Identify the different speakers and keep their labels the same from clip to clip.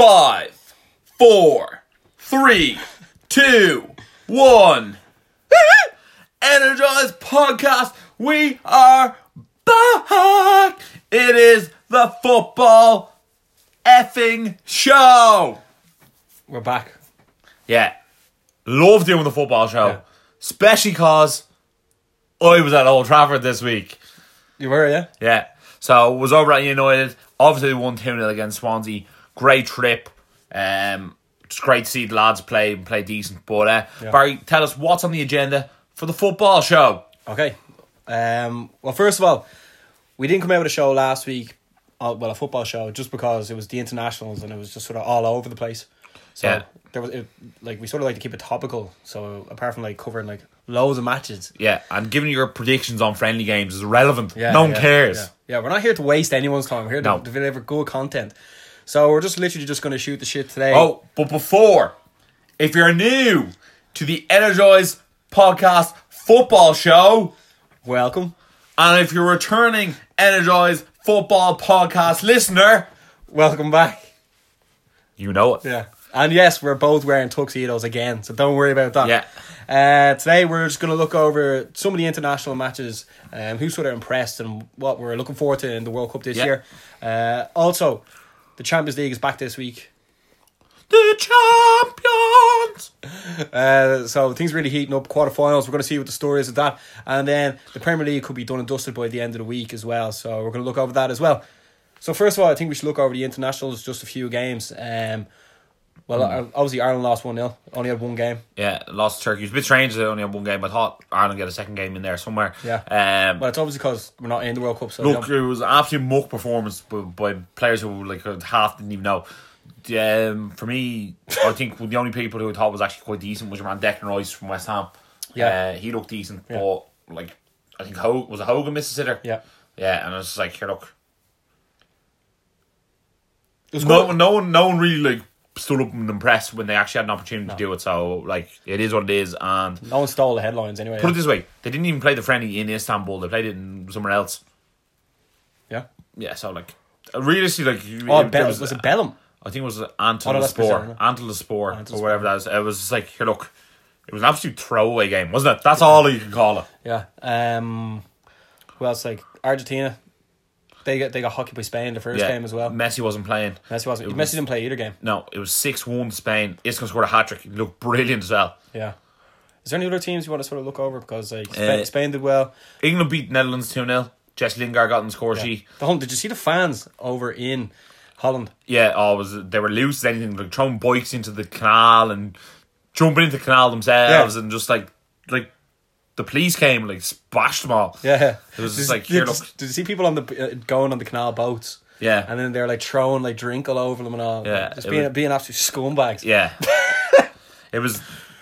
Speaker 1: Five, four, three, two, one. Energized podcast. We are back. It is the football effing show.
Speaker 2: We're back.
Speaker 1: Yeah. Love doing the football show.
Speaker 2: Yeah.
Speaker 1: Especially because I was at Old Trafford this week.
Speaker 2: You were, yeah?
Speaker 1: Yeah. So was over at United. Obviously they won 2 0 against Swansea. Great trip. Um it's great to see the lads play and play decent. But uh, Barry, tell us what's on the agenda for the football show.
Speaker 2: Okay. Um, well, first of all, we didn't come out with a show last week, uh, well, a football show, just because it was the internationals and it was just sort of all over the place. So
Speaker 1: Yeah.
Speaker 2: there was it, like we sort of like to keep it topical. So apart from like covering like loads of matches,
Speaker 1: Yeah, and giving your predictions on friendly games is relevant.
Speaker 2: Yeah,
Speaker 1: no one
Speaker 2: yeah,
Speaker 1: cares.
Speaker 2: Yeah. Yeah, we're not here to waste anyone's time. We're here to,
Speaker 1: No.
Speaker 2: to deliver good content. So we're just literally just going to shoot the shit today.
Speaker 1: Oh, but before, if you're new to the Energized Podcast Football Show,
Speaker 2: welcome,
Speaker 1: and if you're a returning Energized Football Podcast listener,
Speaker 2: welcome back.
Speaker 1: you know it.
Speaker 2: Yeah. And yes, we're both wearing tuxedos again, so don't worry about that.
Speaker 1: Yeah.
Speaker 2: Uh, today we're just going to look over some of the international matches, um, who sort of impressed and what we're looking forward to in the World Cup this
Speaker 1: Yeah.
Speaker 2: year. Uh, also, the Champions League is back this week,
Speaker 1: The champions.
Speaker 2: uh, so things really heating up. Quarterfinals, we're going to see what the story is of that, and then the Premier League could be done and dusted by the end of the week as well. So we're going to look over that as well. So first of all, I think we should look over the internationals, just a few games. Um, well,
Speaker 1: Hmm.
Speaker 2: obviously Ireland lost one 0 only had one game.
Speaker 1: Yeah, lost to Turkey. It was a bit strange. They only had one game. I thought Ireland get a second game in there somewhere.
Speaker 2: Yeah.
Speaker 1: Um,
Speaker 2: Well, it's obviously because we're not in the World Cup, so
Speaker 1: look,
Speaker 2: we don't-
Speaker 1: it was an absolute muck performance by, by players who like half didn't even know. Um, for me, I think the only people who I thought was actually quite decent was your man Declan Rice from West Ham. uh,
Speaker 2: Yeah.
Speaker 1: he looked decent, but like I think Ho- was a Hogan missed a sitter.
Speaker 2: Yeah.
Speaker 1: yeah, and I was just like, here, look,
Speaker 2: it was
Speaker 1: no,
Speaker 2: good.
Speaker 1: no one, no one really like stood up and impressed when they actually had an opportunity to do it. So like, it is what it is, and
Speaker 2: No one stole the headlines anyway.
Speaker 1: Put it this way, they didn't even play the friendly in Istanbul. They played it in somewhere else.
Speaker 2: yeah.
Speaker 1: Yeah, so like realistically, like you-
Speaker 2: Oh,
Speaker 1: there
Speaker 2: Bell, was, it Bellum?
Speaker 1: I think it was
Speaker 2: Oh, no,
Speaker 1: Antal
Speaker 2: that's
Speaker 1: Spore,
Speaker 2: Brazil,
Speaker 1: Antal Spore,
Speaker 2: Antalyaspor.
Speaker 1: or whatever that is. It was just like, here, look, it was an absolute throwaway game, wasn't it? That's all you can call it.
Speaker 2: Yeah. Um, who else? Like Argentina. They got they got hockey by Spain the first
Speaker 1: Yeah,
Speaker 2: game as well.
Speaker 1: Messi wasn't playing.
Speaker 2: Messi wasn't.
Speaker 1: It
Speaker 2: Messi
Speaker 1: was-
Speaker 2: didn't play either game.
Speaker 1: No, it was six one to Spain. Isco scored a hat trick. He looked brilliant as well.
Speaker 2: Yeah. Is there any other teams you want to sort of look over because like Spa-
Speaker 1: Uh,
Speaker 2: Spain did well.
Speaker 1: England beat Netherlands two 0 Jess Lingard got on the score
Speaker 2: The
Speaker 1: sheet.
Speaker 2: whole, did you see the fans over in Holland?
Speaker 1: yeah, oh, it was they were loose as anything, like throwing bikes into the canal and jumping into the canal themselves, and just like like the police came and like splashed them all.
Speaker 2: Yeah.
Speaker 1: it was
Speaker 2: Did-
Speaker 1: just like
Speaker 2: did,
Speaker 1: here, look,
Speaker 2: did, you see people on the uh, going on the canal boats?
Speaker 1: Yeah.
Speaker 2: And then they're like throwing like drink all over them and all.
Speaker 1: Yeah,
Speaker 2: Just
Speaker 1: it
Speaker 2: being
Speaker 1: was-
Speaker 2: being absolute scumbags.
Speaker 1: yeah. It was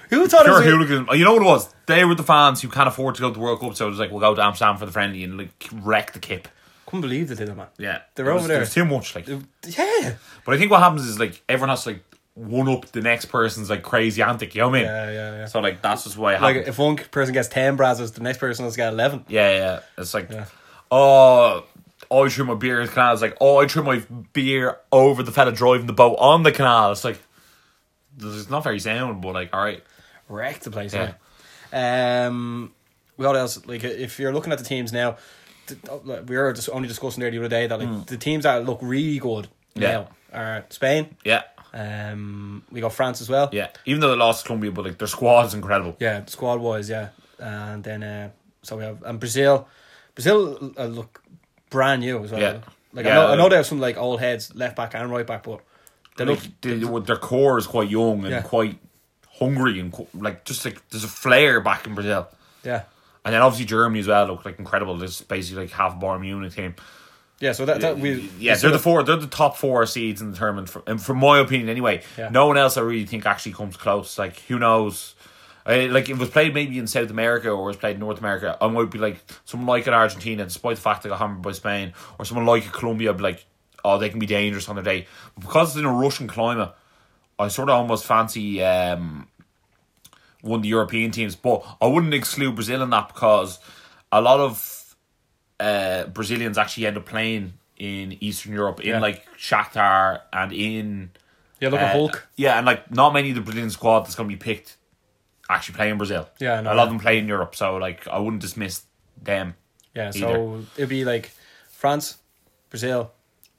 Speaker 2: Who thought it
Speaker 1: pure
Speaker 2: was a-
Speaker 1: hooliganism. Oh, You know what it was? They were the fans who can't afford to go to the World Cup, so it was like we'll go to Amsterdam for the friendly and like wreck the kip.
Speaker 2: Couldn't believe they did it, man.
Speaker 1: Yeah,
Speaker 2: They're
Speaker 1: It
Speaker 2: over
Speaker 1: was-
Speaker 2: there.
Speaker 1: It was too much. Like,
Speaker 2: Yeah.
Speaker 1: but I think what happens is like everyone has to like one up the next person's like crazy antic. You know what I mean?
Speaker 2: Yeah, yeah, yeah.
Speaker 1: So like that's just why it
Speaker 2: Like
Speaker 1: happened.
Speaker 2: if one person gets ten brazzers, the next person has got eleven.
Speaker 1: Yeah, yeah. It's like, oh, I threw my beer in the canal. It's like, oh, I threw my beer over the fella driving the boat on the canal. It's like, it's not very sound, but like, all right.
Speaker 2: Wrecked the place.
Speaker 1: Yeah.
Speaker 2: Yeah. Um, what else? Like if you're looking at the teams now, th- oh, like, we were just only discussing there the other day that like the teams that look really good
Speaker 1: Mm. Yeah.
Speaker 2: now are Spain.
Speaker 1: Yeah,
Speaker 2: Um, we got France as well.
Speaker 1: yeah. Even though they lost to Colombia, but like their squad is incredible.
Speaker 2: Yeah, squad wise, yeah, and then uh, so we have and Brazil, Brazil uh, look brand new as well.
Speaker 1: Yeah.
Speaker 2: like I
Speaker 1: Yeah,
Speaker 2: know, I know
Speaker 1: like-
Speaker 2: they have some like old heads, left back and right back, but they look
Speaker 1: Like, they, their core is quite young and
Speaker 2: Yeah.
Speaker 1: quite hungry and qu- like just like there's a flair back in Brazil.
Speaker 2: yeah,
Speaker 1: And then obviously Germany as well looked like incredible. This is basically like half Bayern Munich team.
Speaker 2: yeah. So that, that we
Speaker 1: yeah, they're the four. They're the top four seeds in the tournament, from, and from my opinion, anyway.
Speaker 2: Yeah.
Speaker 1: No one else I really think actually comes close. Like who knows? I, like if it was played maybe in South America or was played in North America, I might be like someone like an Argentina, despite the fact they got hammered by Spain, or someone like a Colombia, I'd be like, oh, they can be dangerous on their day. But because it's in a Russian climate, I sort of almost fancy um, one of the European teams, but I wouldn't exclude Brazil in that because a lot of uh, Brazilians actually end up playing in Eastern Europe, in
Speaker 2: Yeah.
Speaker 1: like Shakhtar and in
Speaker 2: Yeah, look at
Speaker 1: Uh,
Speaker 2: Hulk.
Speaker 1: Yeah, and like not many of the Brazilian squad that's going to be picked actually play in Brazil.
Speaker 2: Yeah, I know
Speaker 1: a lot of
Speaker 2: that.
Speaker 1: them play in Europe, so like I wouldn't dismiss them.
Speaker 2: Yeah, so it'd be like France, Brazil,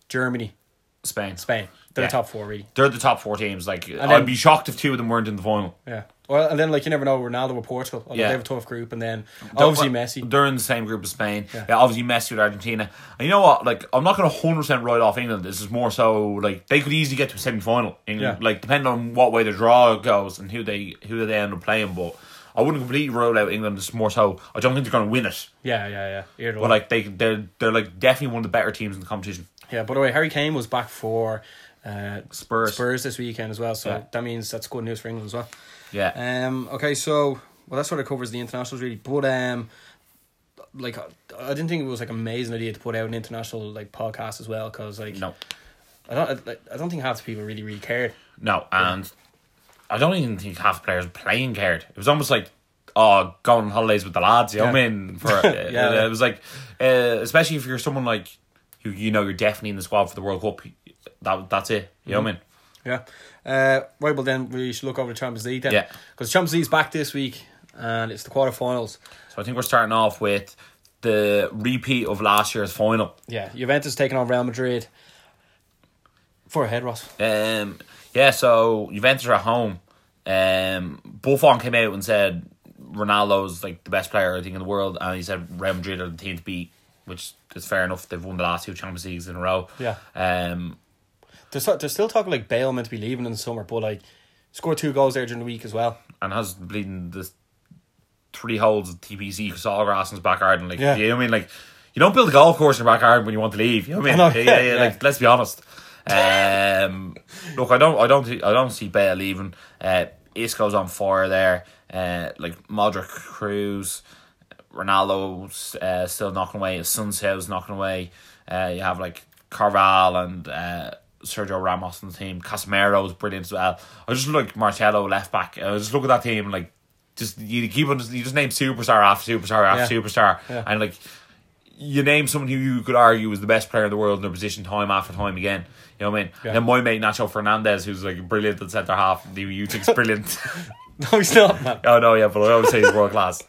Speaker 2: Germany,
Speaker 1: Spain,
Speaker 2: Spain. They're
Speaker 1: Yeah.
Speaker 2: the top four, really.
Speaker 1: they're the top four teams. Like
Speaker 2: then-
Speaker 1: I'd be shocked if two of them weren't in the final.
Speaker 2: Yeah. Well, and then like you never know Ronaldo with Portugal. Although
Speaker 1: Yeah.
Speaker 2: They have a tough group, and then obviously
Speaker 1: Well,
Speaker 2: Messi.
Speaker 1: They're in the same group as Spain. Yeah. obviously Messi with Argentina. And you know what? Like, I'm not going to 100% write off England. This is more so like they could easily get to a semi final. England,
Speaker 2: Yeah.
Speaker 1: like depending on what way the draw goes and who they who they end up playing. But I wouldn't completely rule out England. It's more so I don't think they're going to win it.
Speaker 2: Yeah, yeah, yeah. Either
Speaker 1: But
Speaker 2: one.
Speaker 1: like they they're they're like definitely one of the better teams in the competition.
Speaker 2: Yeah, by the way, Harry Kane was back for uh,
Speaker 1: Spurs.
Speaker 2: Spurs this weekend as well, so
Speaker 1: Yeah.
Speaker 2: that means that's good news for England as well.
Speaker 1: Yeah.
Speaker 2: Um, okay, so well, that sort of covers the internationals really, but um, like I I didn't think it was like an amazing idea to put out an international like podcast as well because like
Speaker 1: no.
Speaker 2: I don't I, like, I don't think half the people really really cared.
Speaker 1: No, and I don't even think half the players playing cared. It was almost like oh, going on holidays with the lads. You know what I
Speaker 2: Yeah.
Speaker 1: mean? For uh,
Speaker 2: Yeah.
Speaker 1: it was like, uh, especially if you're someone like who you know you're definitely in the squad for the World Cup. That that's it. You
Speaker 2: Mm-hmm.
Speaker 1: know what I mean?
Speaker 2: Yeah. Uh, right. Well, then we should look over the Champions League then.
Speaker 1: Yeah.
Speaker 2: Because Champions League's back this week, and it's the quarterfinals.
Speaker 1: So I think we're starting off with the repeat of last year's final.
Speaker 2: Yeah. Juventus taking on Real Madrid. Four ahead, Ross.
Speaker 1: Um, yeah, so Juventus are at home. Um, Buffon came out and said Ronaldo's like the best player I think in the world, and he said Real Madrid are the team to beat, which is fair enough. They've won the last two Champions Leagues in a row.
Speaker 2: Yeah.
Speaker 1: Um,
Speaker 2: They're, st- they're still talking like Bale meant to be leaving in the summer, but like scored two goals there during the week as well.
Speaker 1: and has bleeding the three holes of TPC Sawgrass in his back garden. Like,
Speaker 2: Yeah.
Speaker 1: you know what I mean? Like, you don't build a golf course in your back garden when you want to leave. You know what I mean?
Speaker 2: I know,
Speaker 1: yeah, yeah,
Speaker 2: yeah.
Speaker 1: Like, let's be honest. Um, look, I don't, I don't, thi- I don't see Bale leaving. Uh, Isco's on fire there. Uh, like Modric, Cruz, Ronaldo's uh, still knocking away. Sunseo's knocking away. Uh, you have like Carval and uh, Sergio Ramos on the team. Casemiro's brilliant as well. I just look like Marcelo left back. I just look at that team like just you keep on you just name superstar after superstar after
Speaker 2: Yeah.
Speaker 1: superstar
Speaker 2: Yeah.
Speaker 1: and like you name someone who you could argue is the best player in the world in their position time after time again. You know what I mean?
Speaker 2: Yeah.
Speaker 1: And then my mate Nacho Fernandez, who's like brilliant at centre half, who you think's brilliant.
Speaker 2: No, he's not, man.
Speaker 1: oh no, yeah, but I always say he's world class.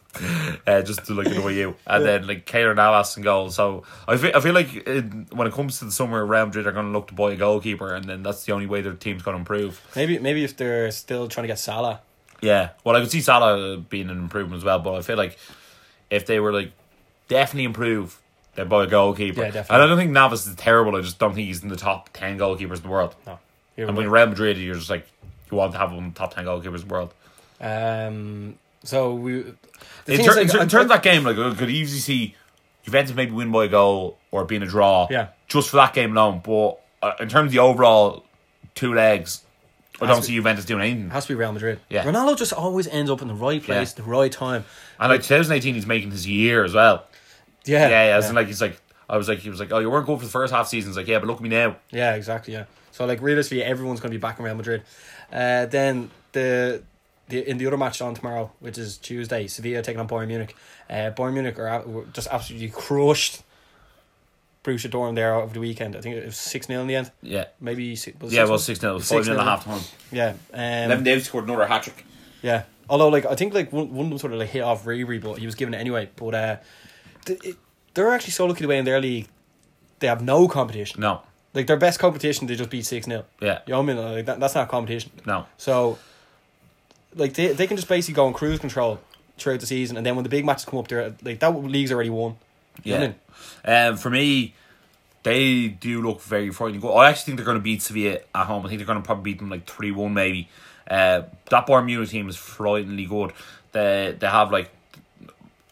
Speaker 1: Uh, just to like annoy you, and then like Keylor Navas and goal. So I feel I feel like in, when it comes to the summer, Real Madrid are going to look to buy a goalkeeper, and then that's the only way their team's going to improve.
Speaker 2: Maybe maybe if they're still trying to get Salah.
Speaker 1: Yeah, well, I could see Salah being an improvement as well, but I feel like if they were like definitely improve, they'd buy a goalkeeper.
Speaker 2: Yeah, definitely.
Speaker 1: And I don't think Navas is terrible. I just don't think he's in the top ten goalkeepers in the world.
Speaker 2: No. Here
Speaker 1: And
Speaker 2: we
Speaker 1: when
Speaker 2: go.
Speaker 1: Real Madrid, you're just like you want to have one of the top ten goalkeepers in the world.
Speaker 2: Um, so we. the
Speaker 1: In,
Speaker 2: thing
Speaker 1: ter-
Speaker 2: is, like,
Speaker 1: in, ter-
Speaker 2: I-
Speaker 1: in terms of that game, like I could easily see Juventus maybe win by a goal or being a draw.
Speaker 2: Yeah.
Speaker 1: just for that game alone. But uh, in terms of the overall two legs, I
Speaker 2: Has
Speaker 1: don't
Speaker 2: to-
Speaker 1: see Juventus doing anything.
Speaker 2: it has to be Real Madrid.
Speaker 1: Yeah.
Speaker 2: Ronaldo just always ends up in the right place,
Speaker 1: Yeah.
Speaker 2: the right time.
Speaker 1: And like 2018, he's making his year as well.
Speaker 2: Yeah.
Speaker 1: Yeah, yeah. As in, like he's like, I was like, he was like, oh, you weren't good for the first half season. He's like, yeah, but look at me now.
Speaker 2: Yeah, exactly. Yeah. So like realistically, everyone's going to be back in Real Madrid. Uh, then the the in the other match on tomorrow, which is Tuesday, Sevilla taking on Bayern Munich. Uh, Bayern Munich are out, were just absolutely crushed. Borussia Dortmund there over the weekend. I think it was six 0 in the end.
Speaker 1: Yeah,
Speaker 2: Maybe si- was it
Speaker 1: yeah.
Speaker 2: 6-0?
Speaker 1: Well, six 0 five
Speaker 2: 6-0.
Speaker 1: 0 at half time.
Speaker 2: Yeah.
Speaker 1: Eleven
Speaker 2: Um,
Speaker 1: Davis scored another hat trick.
Speaker 2: yeah. Although like I think like one, one of them sort of like hit off Riri, but he was given it anyway. But uh, th- it, they're actually so lucky the way in their league. They have no competition.
Speaker 1: No,
Speaker 2: Like their best competition, they just beat six 0
Speaker 1: yeah,
Speaker 2: You know what I mean? Like that, that's not competition.
Speaker 1: no,
Speaker 2: So, like they, they can just basically go on cruise control throughout the season, and then when the big matches come up, there like that league's already won. You know what I
Speaker 1: yeah.
Speaker 2: mean?
Speaker 1: Um, for me, they do look very frightening. I actually think they're going to beat Sevilla at home. I think they're going to probably beat them like three one maybe. Uh, that Bayern Munich team is frighteningly good. They they have like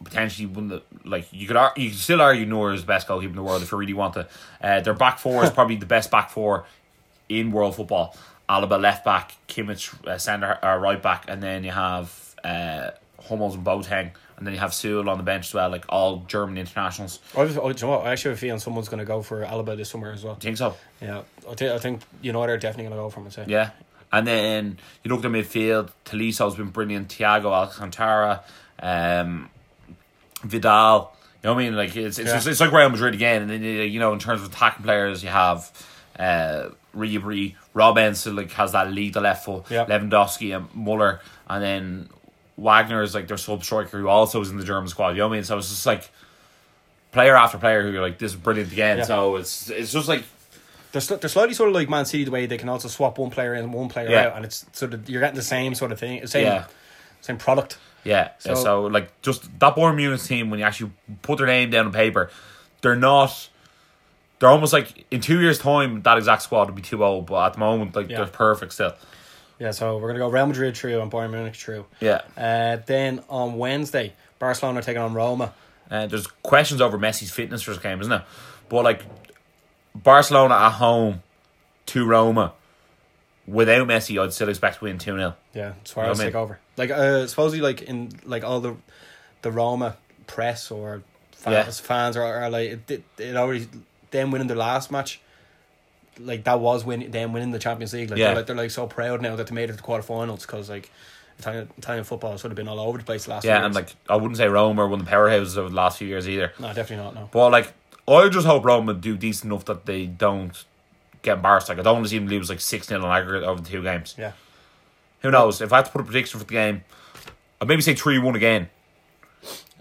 Speaker 1: potentially one of the like you could ar- you could still argue Neuer is the best goalkeeper in the world if you really want to. Uh, their back four is probably the best back four in world football. Alaba left back, Kimmich uh, center uh, right back, and then you have uh, Hummels and Boateng, and then you have Sewell on the bench as well. Like all German internationals.
Speaker 2: I, was, oh, do you know what? I actually have a feeling someone's going to go for Alaba this summer as well.
Speaker 1: think so.
Speaker 2: Yeah, I, thi- I think United are definitely going to go for him. I'd say.
Speaker 1: Yeah. And then you look at midfield, Taliso's been brilliant, Thiago Alcantara, um, Vidal. You know what I mean? Like it's it's,
Speaker 2: Yeah.
Speaker 1: it's, like Real Madrid again. And then you know, in terms of attacking players, you have uh, Ribery, Rob Ensel like has that lead the left foot,
Speaker 2: Yeah.
Speaker 1: Lewandowski and Muller, and then Wagner is like their sub striker who also is in the German squad. You know what I mean? So it's just like player after player who you're like this is brilliant again.
Speaker 2: Yeah.
Speaker 1: So it's it's just like
Speaker 2: They're, sl- they're slightly sort of like Man City the way they can also swap one player in and one player
Speaker 1: Yeah.
Speaker 2: out, and it's sort of you're getting the same sort of thing, same
Speaker 1: Yeah.
Speaker 2: same product.
Speaker 1: Yeah. So,
Speaker 2: So-
Speaker 1: so like just that Bayern Munich team when you actually put their name down on paper, they're not. They're almost like in two years' time that exact squad would be too old, but at the moment like
Speaker 2: Yeah.
Speaker 1: they're perfect still.
Speaker 2: Yeah, so we're gonna go Real Madrid through and Bayern Munich through.
Speaker 1: Yeah.
Speaker 2: Uh, then on Wednesday, Barcelona are taking on Roma.
Speaker 1: Uh, there's questions over Messi's fitness for this game, isn't it? But like Barcelona at home to Roma without Messi, I'd still expect to win two 0
Speaker 2: Yeah, Suarez
Speaker 1: You know
Speaker 2: take over. Like uh, supposedly, like in like all the the Roma press or fans, fans are, are like it, it already them winning their last match. Like that was win them winning the Champions League. Like,
Speaker 1: Yeah.
Speaker 2: they're, like they're like so proud now that they made it to the quarterfinals because like Italian Italian football has sort of been all over the place the last. few
Speaker 1: Yeah, and
Speaker 2: years.
Speaker 1: like I wouldn't say Roma are one of the powerhouses of the last few years either.
Speaker 2: no, definitely not. No,
Speaker 1: But like, I just hope Roma do decent enough that they don't get embarrassed. Like, I don't want to see them lose like six 0 on aggregate over the two games.
Speaker 2: yeah,
Speaker 1: Who knows? If I had to put a prediction for the game, I'd maybe say three one again.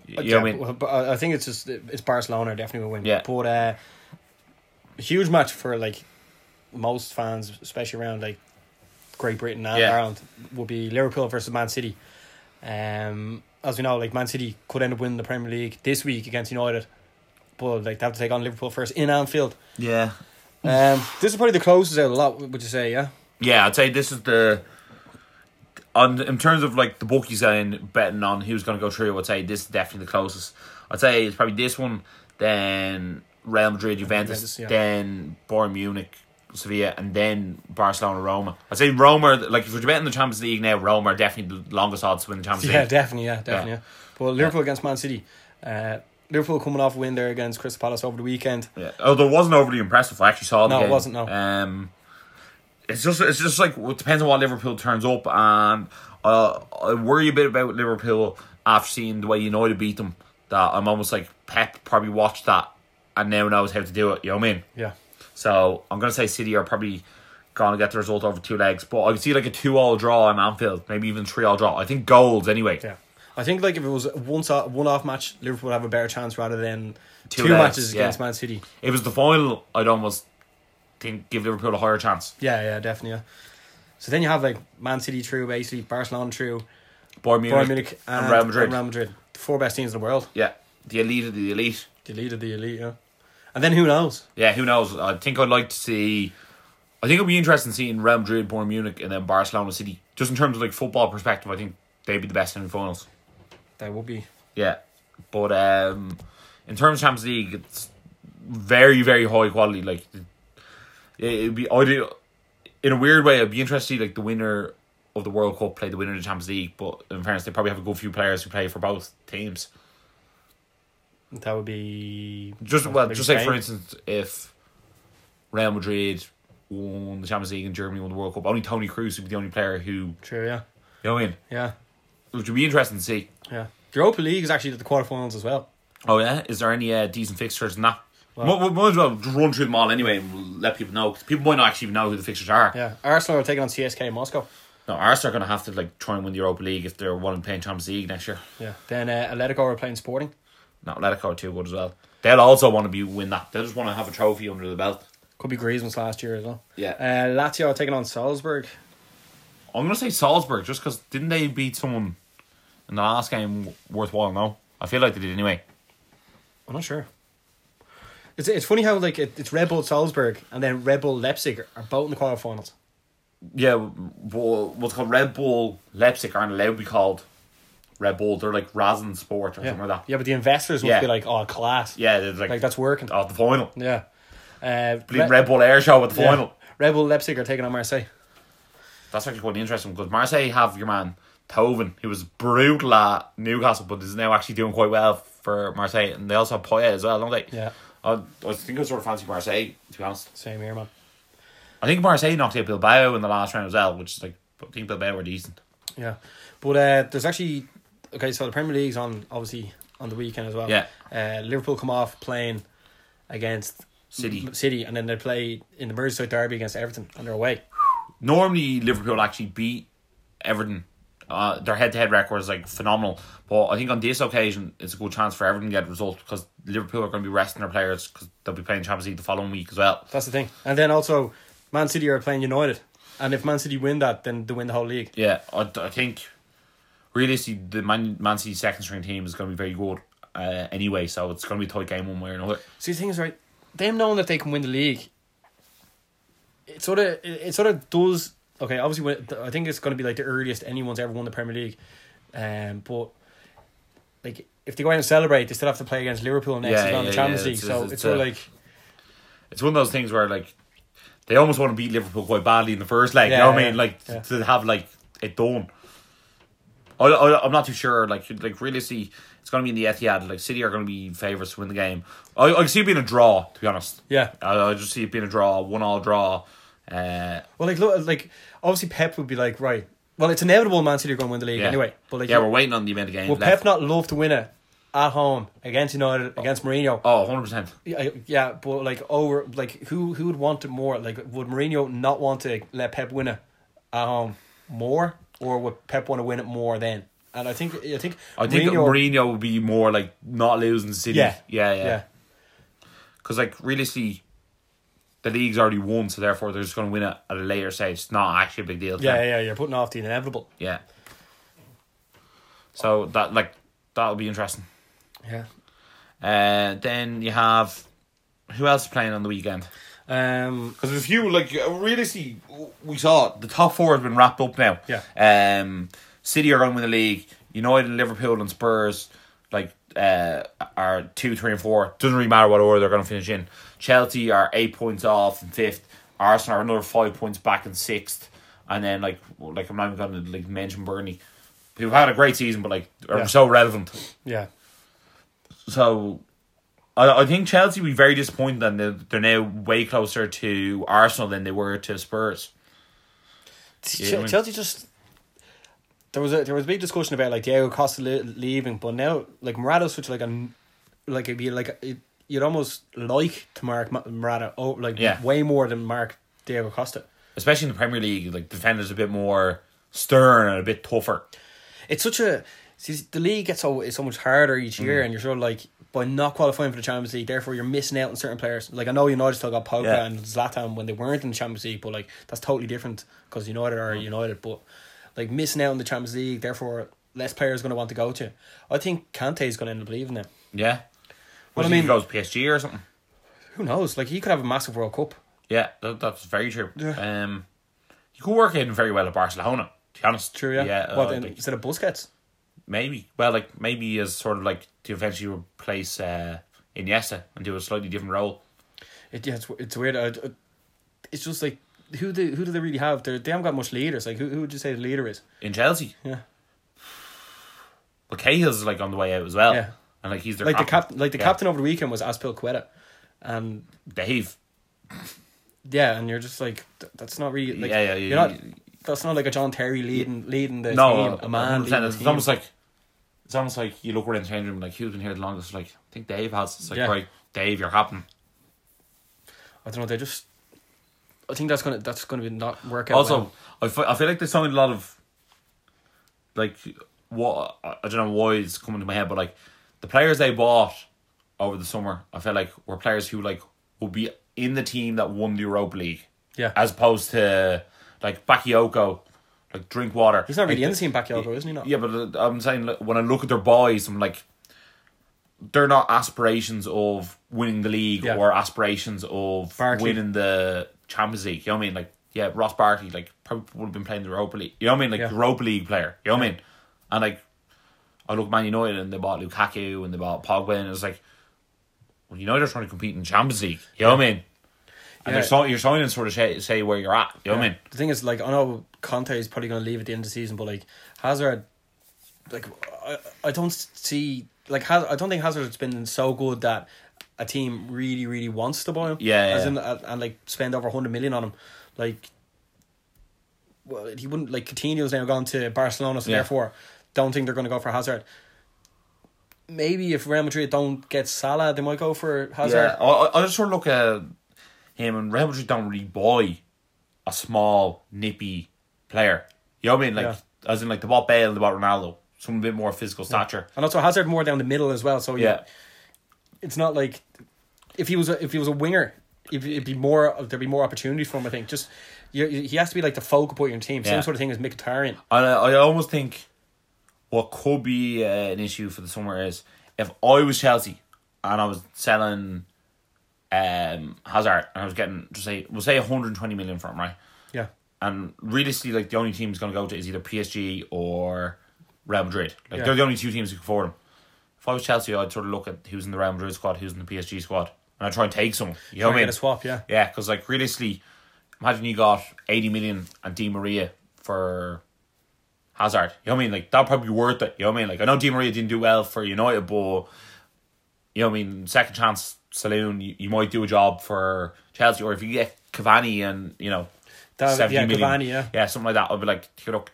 Speaker 1: You know what I mean?
Speaker 2: Well, but I I think it's just it's Barcelona definitely will win.
Speaker 1: Yeah.
Speaker 2: but uh, huge match for like most fans, especially around like Great Britain and
Speaker 1: Yeah.
Speaker 2: Ireland, will be Liverpool versus Man City. Um, as we know, like Man City could end up winning the Premier League this week against United, but like they have to take on Liverpool first in Anfield.
Speaker 1: Yeah, Mm.
Speaker 2: Um, this is probably the closest out a lot. Would you say? Yeah,
Speaker 1: yeah. I'd say this is the. On in terms of like the bookies and betting on who's going to go through, I'd say this is definitely the closest. I'd say it's probably this one, then Real Madrid, Juventus,
Speaker 2: Juventus, yeah.
Speaker 1: then Bayern Munich, Sevilla, and then Barcelona, Roma. I'd say Roma, like if you're betting the Champions League now, Roma are definitely the longest odds to win the Champions
Speaker 2: yeah,
Speaker 1: League.
Speaker 2: definitely, yeah, definitely. Yeah. But Liverpool against Man City, uh, Liverpool coming off a win there against Crystal Palace over the weekend.
Speaker 1: Yeah. Although it wasn't overly impressive. I actually saw the
Speaker 2: No, it
Speaker 1: game.
Speaker 2: wasn't, no.
Speaker 1: Um, it's just it's just like well, it depends on what Liverpool turns up, and uh, I worry a bit about Liverpool after seeing the way United beat them. That I'm almost like Pep probably watched that and now knows how to do it. You know what I mean?
Speaker 2: Yeah.
Speaker 1: So I'm gonna say City are probably gonna get the result over two legs, but I could see like a two-all draw on Anfield, maybe even three-all draw. I think goals anyway.
Speaker 2: Yeah, I think like if it was a one one off match, Liverpool would have a better chance rather than
Speaker 1: Two
Speaker 2: two,
Speaker 1: legs,
Speaker 2: matches against
Speaker 1: yeah.
Speaker 2: Man City.
Speaker 1: If it was the final, I'd almost think give Liverpool a higher chance.
Speaker 2: Yeah, yeah, definitely. Yeah. So then you have like Man City through, basically Barcelona through,
Speaker 1: Bayern
Speaker 2: Bayern
Speaker 1: Munich,
Speaker 2: Munich,
Speaker 1: and, Real Madrid.
Speaker 2: and Real Madrid, the four best teams in the world,
Speaker 1: Yeah, the elite of the elite.
Speaker 2: the elite of the elite. Yeah. And then who knows?
Speaker 1: Yeah, who knows? I think I'd like to see. I think it'd be interesting seeing Real Madrid, Bayern Munich, and then Barcelona City. Just in terms of like football perspective, I think they'd be the best semi-finals.
Speaker 2: That would be
Speaker 1: Yeah, but um, in terms of Champions League, it's very very high quality. Like it- it'd be I'd, in a weird way, I'd be interested to see like the winner of the World Cup play the winner of the Champions League. But in fairness, they probably have a good few players who play for both teams.
Speaker 2: that would be
Speaker 1: Just well,
Speaker 2: Maybe
Speaker 1: just say for
Speaker 2: Spain.
Speaker 1: instance, if Real Madrid won the Champions League and Germany won the World Cup, only Tony Cruz would be the only player who you
Speaker 2: true. Yeah,
Speaker 1: know what I mean.
Speaker 2: yeah,
Speaker 1: Which would be interesting to see.
Speaker 2: yeah. The Europa League is actually at the quarterfinals as well.
Speaker 1: Oh yeah, is there any uh, decent fixtures in that?
Speaker 2: Well-
Speaker 1: Well, we might as well just run through them all anyway, and we'll let people know 'cause people might not actually even know who the fixtures are.
Speaker 2: Yeah, Arsenal are taking on CSK Moscow.
Speaker 1: No, Arsenal are going to have to like try and win the Europa League if they're wanting to play in Champions League next year.
Speaker 2: Yeah. Then uh, Atletico are playing Sporting.
Speaker 1: No, Atletico are too good as well. They'll also want to be win that. They just want to have a trophy under the belt.
Speaker 2: Could be Griezmann's last year as well.
Speaker 1: Yeah.
Speaker 2: Uh, Lazio are taking on Salzburg.
Speaker 1: I'm gonna say Salzburg just because didn't they beat someone in the last game worthwhile? No, I feel like they did anyway.
Speaker 2: I'm not sure. It's it's funny how like it, it's Red Bull Salzburg and then Red Bull Leipzig are both in the quarterfinals.
Speaker 1: Yeah, well, what's called Red Bull Leipzig aren't allowed to be called Red Bull. They're like Razin Sport or something like that.
Speaker 2: yeah, but the investors would
Speaker 1: Yeah.
Speaker 2: be like, oh, class.
Speaker 1: Yeah, they're like,
Speaker 2: like that's working.
Speaker 1: oh, the final.
Speaker 2: Yeah. Uh,
Speaker 1: Bleeding Red Bull Air Show at the
Speaker 2: yeah.
Speaker 1: final.
Speaker 2: Red Bull Leipzig are taking on Marseille.
Speaker 1: That's actually quite interesting because Marseille have your man Tovin, who was brutal at Newcastle, but is now actually doing quite well for Marseille, and they also have Poyet as well, don't they?
Speaker 2: Yeah.
Speaker 1: I, I think I sort of fancy Marseille to be honest.
Speaker 2: Same here, man.
Speaker 1: I think Marseille knocked out Bilbao in the last round as well, which is like I think Bilbao were decent.
Speaker 2: Yeah, but uh, there's actually okay. So the Premier League's on obviously on the weekend as well.
Speaker 1: Yeah.
Speaker 2: Uh, Liverpool come off playing against
Speaker 1: City.
Speaker 2: City, and then they play in the Merseyside derby against Everton on their away.
Speaker 1: normally Liverpool actually beat Everton. Uh, their head to head record is like phenomenal, but I think on this occasion it's a good chance for Everton to get a result because Liverpool are going to be resting their players because they'll be playing Champions League the following week as well.
Speaker 2: That's the thing. And then also, Man City are playing United, and if Man City win that, then they win the whole league.
Speaker 1: Yeah, I, I think realistically the Man, Man City second string team is going to be very good uh, anyway, so it's going to be a tight game one way or another.
Speaker 2: See, the thing is, right, them knowing that they can win the league, it sort of it, it sort of does. Okay, obviously, when, I think it's going to be like the earliest anyone's ever won the Premier League, um, but like if they go out and celebrate, they still have to play against Liverpool next
Speaker 1: Yeah,
Speaker 2: yeah, on
Speaker 1: yeah,
Speaker 2: the Champions
Speaker 1: yeah,
Speaker 2: League.
Speaker 1: it's-
Speaker 2: so
Speaker 1: it's-
Speaker 2: it's, sort of like
Speaker 1: It's one of those things where like they almost want to beat Liverpool quite badly in the first leg. you
Speaker 2: Yeah,
Speaker 1: know what I
Speaker 2: yeah,
Speaker 1: mean? Like
Speaker 2: yeah.
Speaker 1: to have like it done. I, I, I'm not too sure. Like like realistically, it's going to be in the Etihad. Like City are going to be favourites to win the game. I I can see it being a draw. To be honest,
Speaker 2: yeah.
Speaker 1: I, I just see it being a draw, one all draw. Uh,
Speaker 2: Well, like look, like obviously Pep would be like right. Well, it's inevitable Man City are going to win the league
Speaker 1: yeah.
Speaker 2: anyway. But like,
Speaker 1: yeah, we're waiting on the amount of games
Speaker 2: Would
Speaker 1: left.
Speaker 2: Pep not love to win it at home against United against Mourinho?
Speaker 1: oh, 100 percent.
Speaker 2: Yeah, yeah, but like over, like who who would want it more? Like, would Mourinho not want to let Pep win it at home more, or would Pep want to win it more then? And I think I think
Speaker 1: I think Mourinho would be more like not losing City.
Speaker 2: Yeah.
Speaker 1: yeah, yeah.
Speaker 2: yeah,
Speaker 1: because like realistically, the league's already won, so therefore they're just going to win it at a later stage. It's not actually a big deal. to
Speaker 2: yeah,
Speaker 1: them.
Speaker 2: yeah, you're putting off the inevitable.
Speaker 1: yeah. So that like that'll be interesting.
Speaker 2: Yeah.
Speaker 1: Uh, then you have who else is playing on the weekend?
Speaker 2: Um.
Speaker 1: Because there's a few like uh, realistically, w- we saw it, the top four has been wrapped up now.
Speaker 2: Yeah.
Speaker 1: Um, City are going to win the league. United, Liverpool, and Spurs, like uh, are two, three, and four. Doesn't really matter what order they're going to finish in. Chelsea are eight points off in fifth. Arsenal are another five points back in sixth. And then like w- like I'm not even going to like mention Burnley, who've had a great season, but like are
Speaker 2: Yeah.
Speaker 1: so relevant.
Speaker 2: Yeah.
Speaker 1: So, I, I think Chelsea will be very disappointed and they're, they're now way closer to Arsenal than they were to Spurs.
Speaker 2: Ch-
Speaker 1: Yeah, I mean-
Speaker 2: Chelsea just there was a there was a big discussion about like Diego Costa le- leaving, but now like Morata's such like a n- like it'd be like it, you'd almost like to mark Ma- Morata oh like
Speaker 1: Yeah.
Speaker 2: way more than mark Diego Costa.
Speaker 1: Especially in the Premier League, like defenders a bit more stern and a bit tougher.
Speaker 2: It's such a see, the league gets so it's so much harder each
Speaker 1: Mm.
Speaker 2: year, and you're sort of like by not qualifying for the Champions League, therefore you're missing out on certain players. Like I know United still got Pogba
Speaker 1: Yeah.
Speaker 2: and Zlatan when they weren't in the Champions League, but like that's totally different because United are
Speaker 1: Mm.
Speaker 2: United, but like missing out on the Champions League, therefore less players going to want to go to. I think Kante is going to end up leaving them.
Speaker 1: Yeah.
Speaker 2: Well,
Speaker 1: Well,
Speaker 2: I
Speaker 1: I
Speaker 2: mean-
Speaker 1: he goes PSG or something.
Speaker 2: Who knows? Like he could have a massive World Cup.
Speaker 1: Yeah, that, that's very true.
Speaker 2: Yeah.
Speaker 1: Um, he could work in very well at Barcelona. To be honest,
Speaker 2: True, yeah.
Speaker 1: yeah.
Speaker 2: what,
Speaker 1: uh,
Speaker 2: in-
Speaker 1: like,
Speaker 2: instead of Busquets?
Speaker 1: maybe. Well, like maybe as sort of like to eventually replace uh, Iniesta and do a slightly different role.
Speaker 2: It, yeah, it's, it's weird. I, I- it's just like who do who do they really have? They're, they haven't got much leaders. Like who who would you say the leader is?
Speaker 1: in Chelsea.
Speaker 2: Yeah.
Speaker 1: But Cahill's like on the way out as well.
Speaker 2: Yeah.
Speaker 1: And like he's their
Speaker 2: like the
Speaker 1: captain.
Speaker 2: cap, like the
Speaker 1: Ah, Yeah.
Speaker 2: captain over the weekend was Aspilqueta, and
Speaker 1: Dave.
Speaker 2: yeah, and you're just like th- that's not really like
Speaker 1: Yeah, yeah, yeah,
Speaker 2: you're not
Speaker 1: yeah.
Speaker 2: that's not like a John Terry leading leading the
Speaker 1: No,
Speaker 2: team, a man
Speaker 1: 100%.
Speaker 2: leading the
Speaker 1: it's
Speaker 2: team.
Speaker 1: almost like it's almost like you look around the change room like who's been here the longest? Like I think Dave has. It's like
Speaker 2: Yeah.
Speaker 1: right, Dave, you're captain.
Speaker 2: I don't know. They just I think that's gonna that's gonna be not work out.
Speaker 1: Also,
Speaker 2: well.
Speaker 1: I fe- I feel like there's something a lot of like what I I don't know why it's coming to my head, but like the players they bought over the summer, I feel like were players who like would be in the team that won the Europa League.
Speaker 2: yeah,
Speaker 1: as opposed to like Bakayoko, like drink water.
Speaker 2: he's not really
Speaker 1: like,
Speaker 2: in the team back Yoko, isn't he? Not
Speaker 1: Yeah, but uh, I'm saying like, when I look at their boys, I'm like, they're not aspirations of winning the league
Speaker 2: Yeah.
Speaker 1: or aspirations of
Speaker 2: Barkley.
Speaker 1: winning the Champions League. You know what I mean? Like, yeah, Ross Barkley, like probably would have been playing the Europa League. You know what I mean? Like
Speaker 2: Yeah.
Speaker 1: Europa League player. You know what I mean? And like, I look at Man United and they bought Lukaku and they bought Pogba and it's like, well, you know they're trying to compete in the Champions League. You know what I mean? And
Speaker 2: Yeah.
Speaker 1: they're so, you're starting to sort of say, say where you're at. You know what I mean?
Speaker 2: The thing is, like, I know Conte is probably going to leave at the end of the season, but like Hazard, like I, I don't see like Hazard, I don't think Hazard's been so good that a team really, really wants to buy him.
Speaker 1: Yeah, yeah,
Speaker 2: as
Speaker 1: yeah.
Speaker 2: in, uh, and like spend over hundred million on him, like. Well, he wouldn't like Coutinho's now gone to Barcelona, so
Speaker 1: Yeah.
Speaker 2: therefore, don't think they're going to go for Hazard. maybe if Real Madrid don't get Salah, they might go for
Speaker 1: Yeah,
Speaker 2: Hazard.
Speaker 1: I, I I just sort of look at him and Real Madrid don't really buy a small nippy player. You know what I mean? Like as in like the bought Bale, they bought Ronaldo, some bit more physical stature.
Speaker 2: And also Hazard more down the middle as well. So
Speaker 1: Yeah,
Speaker 2: yeah, it's not like if he was a, if he was a winger, if it'd be more there'd be more opportunity for him. I think just you he has to be like the focal point of your team.
Speaker 1: Yeah.
Speaker 2: Same sort of thing as Mkhitaryan.
Speaker 1: and I, I almost think what could be uh, an issue for the summer is if I was Chelsea and I was selling um Hazard and I was getting just say we'll say 120 million for him, right?
Speaker 2: Yeah,
Speaker 1: And realistically, like the only team he's going to go to is either PSG or Real Madrid. Like
Speaker 2: Yeah.
Speaker 1: they're the only two teams who can afford him. If I was Chelsea, I'd sort of look at who's in the Real Madrid squad, who's in the PSG squad, and I'd try and take someone. You know
Speaker 2: Try
Speaker 1: what
Speaker 2: and
Speaker 1: I
Speaker 2: get
Speaker 1: mean?
Speaker 2: a swap. Yeah,
Speaker 1: Yeah, because like realistically, imagine you got eighty million and Di Maria for Hazard. You know what I mean? Like that probably be worth it. You know what I mean? Like I know Di Maria didn't do well for United, but you know what I mean. Second chance saloon, you, you might do a job for Chelsea, or if you get Cavani and you know
Speaker 2: That-
Speaker 1: seventy
Speaker 2: yeah,
Speaker 1: million,
Speaker 2: Cavani, yeah.
Speaker 1: something like that. I'd be like, "Here, look,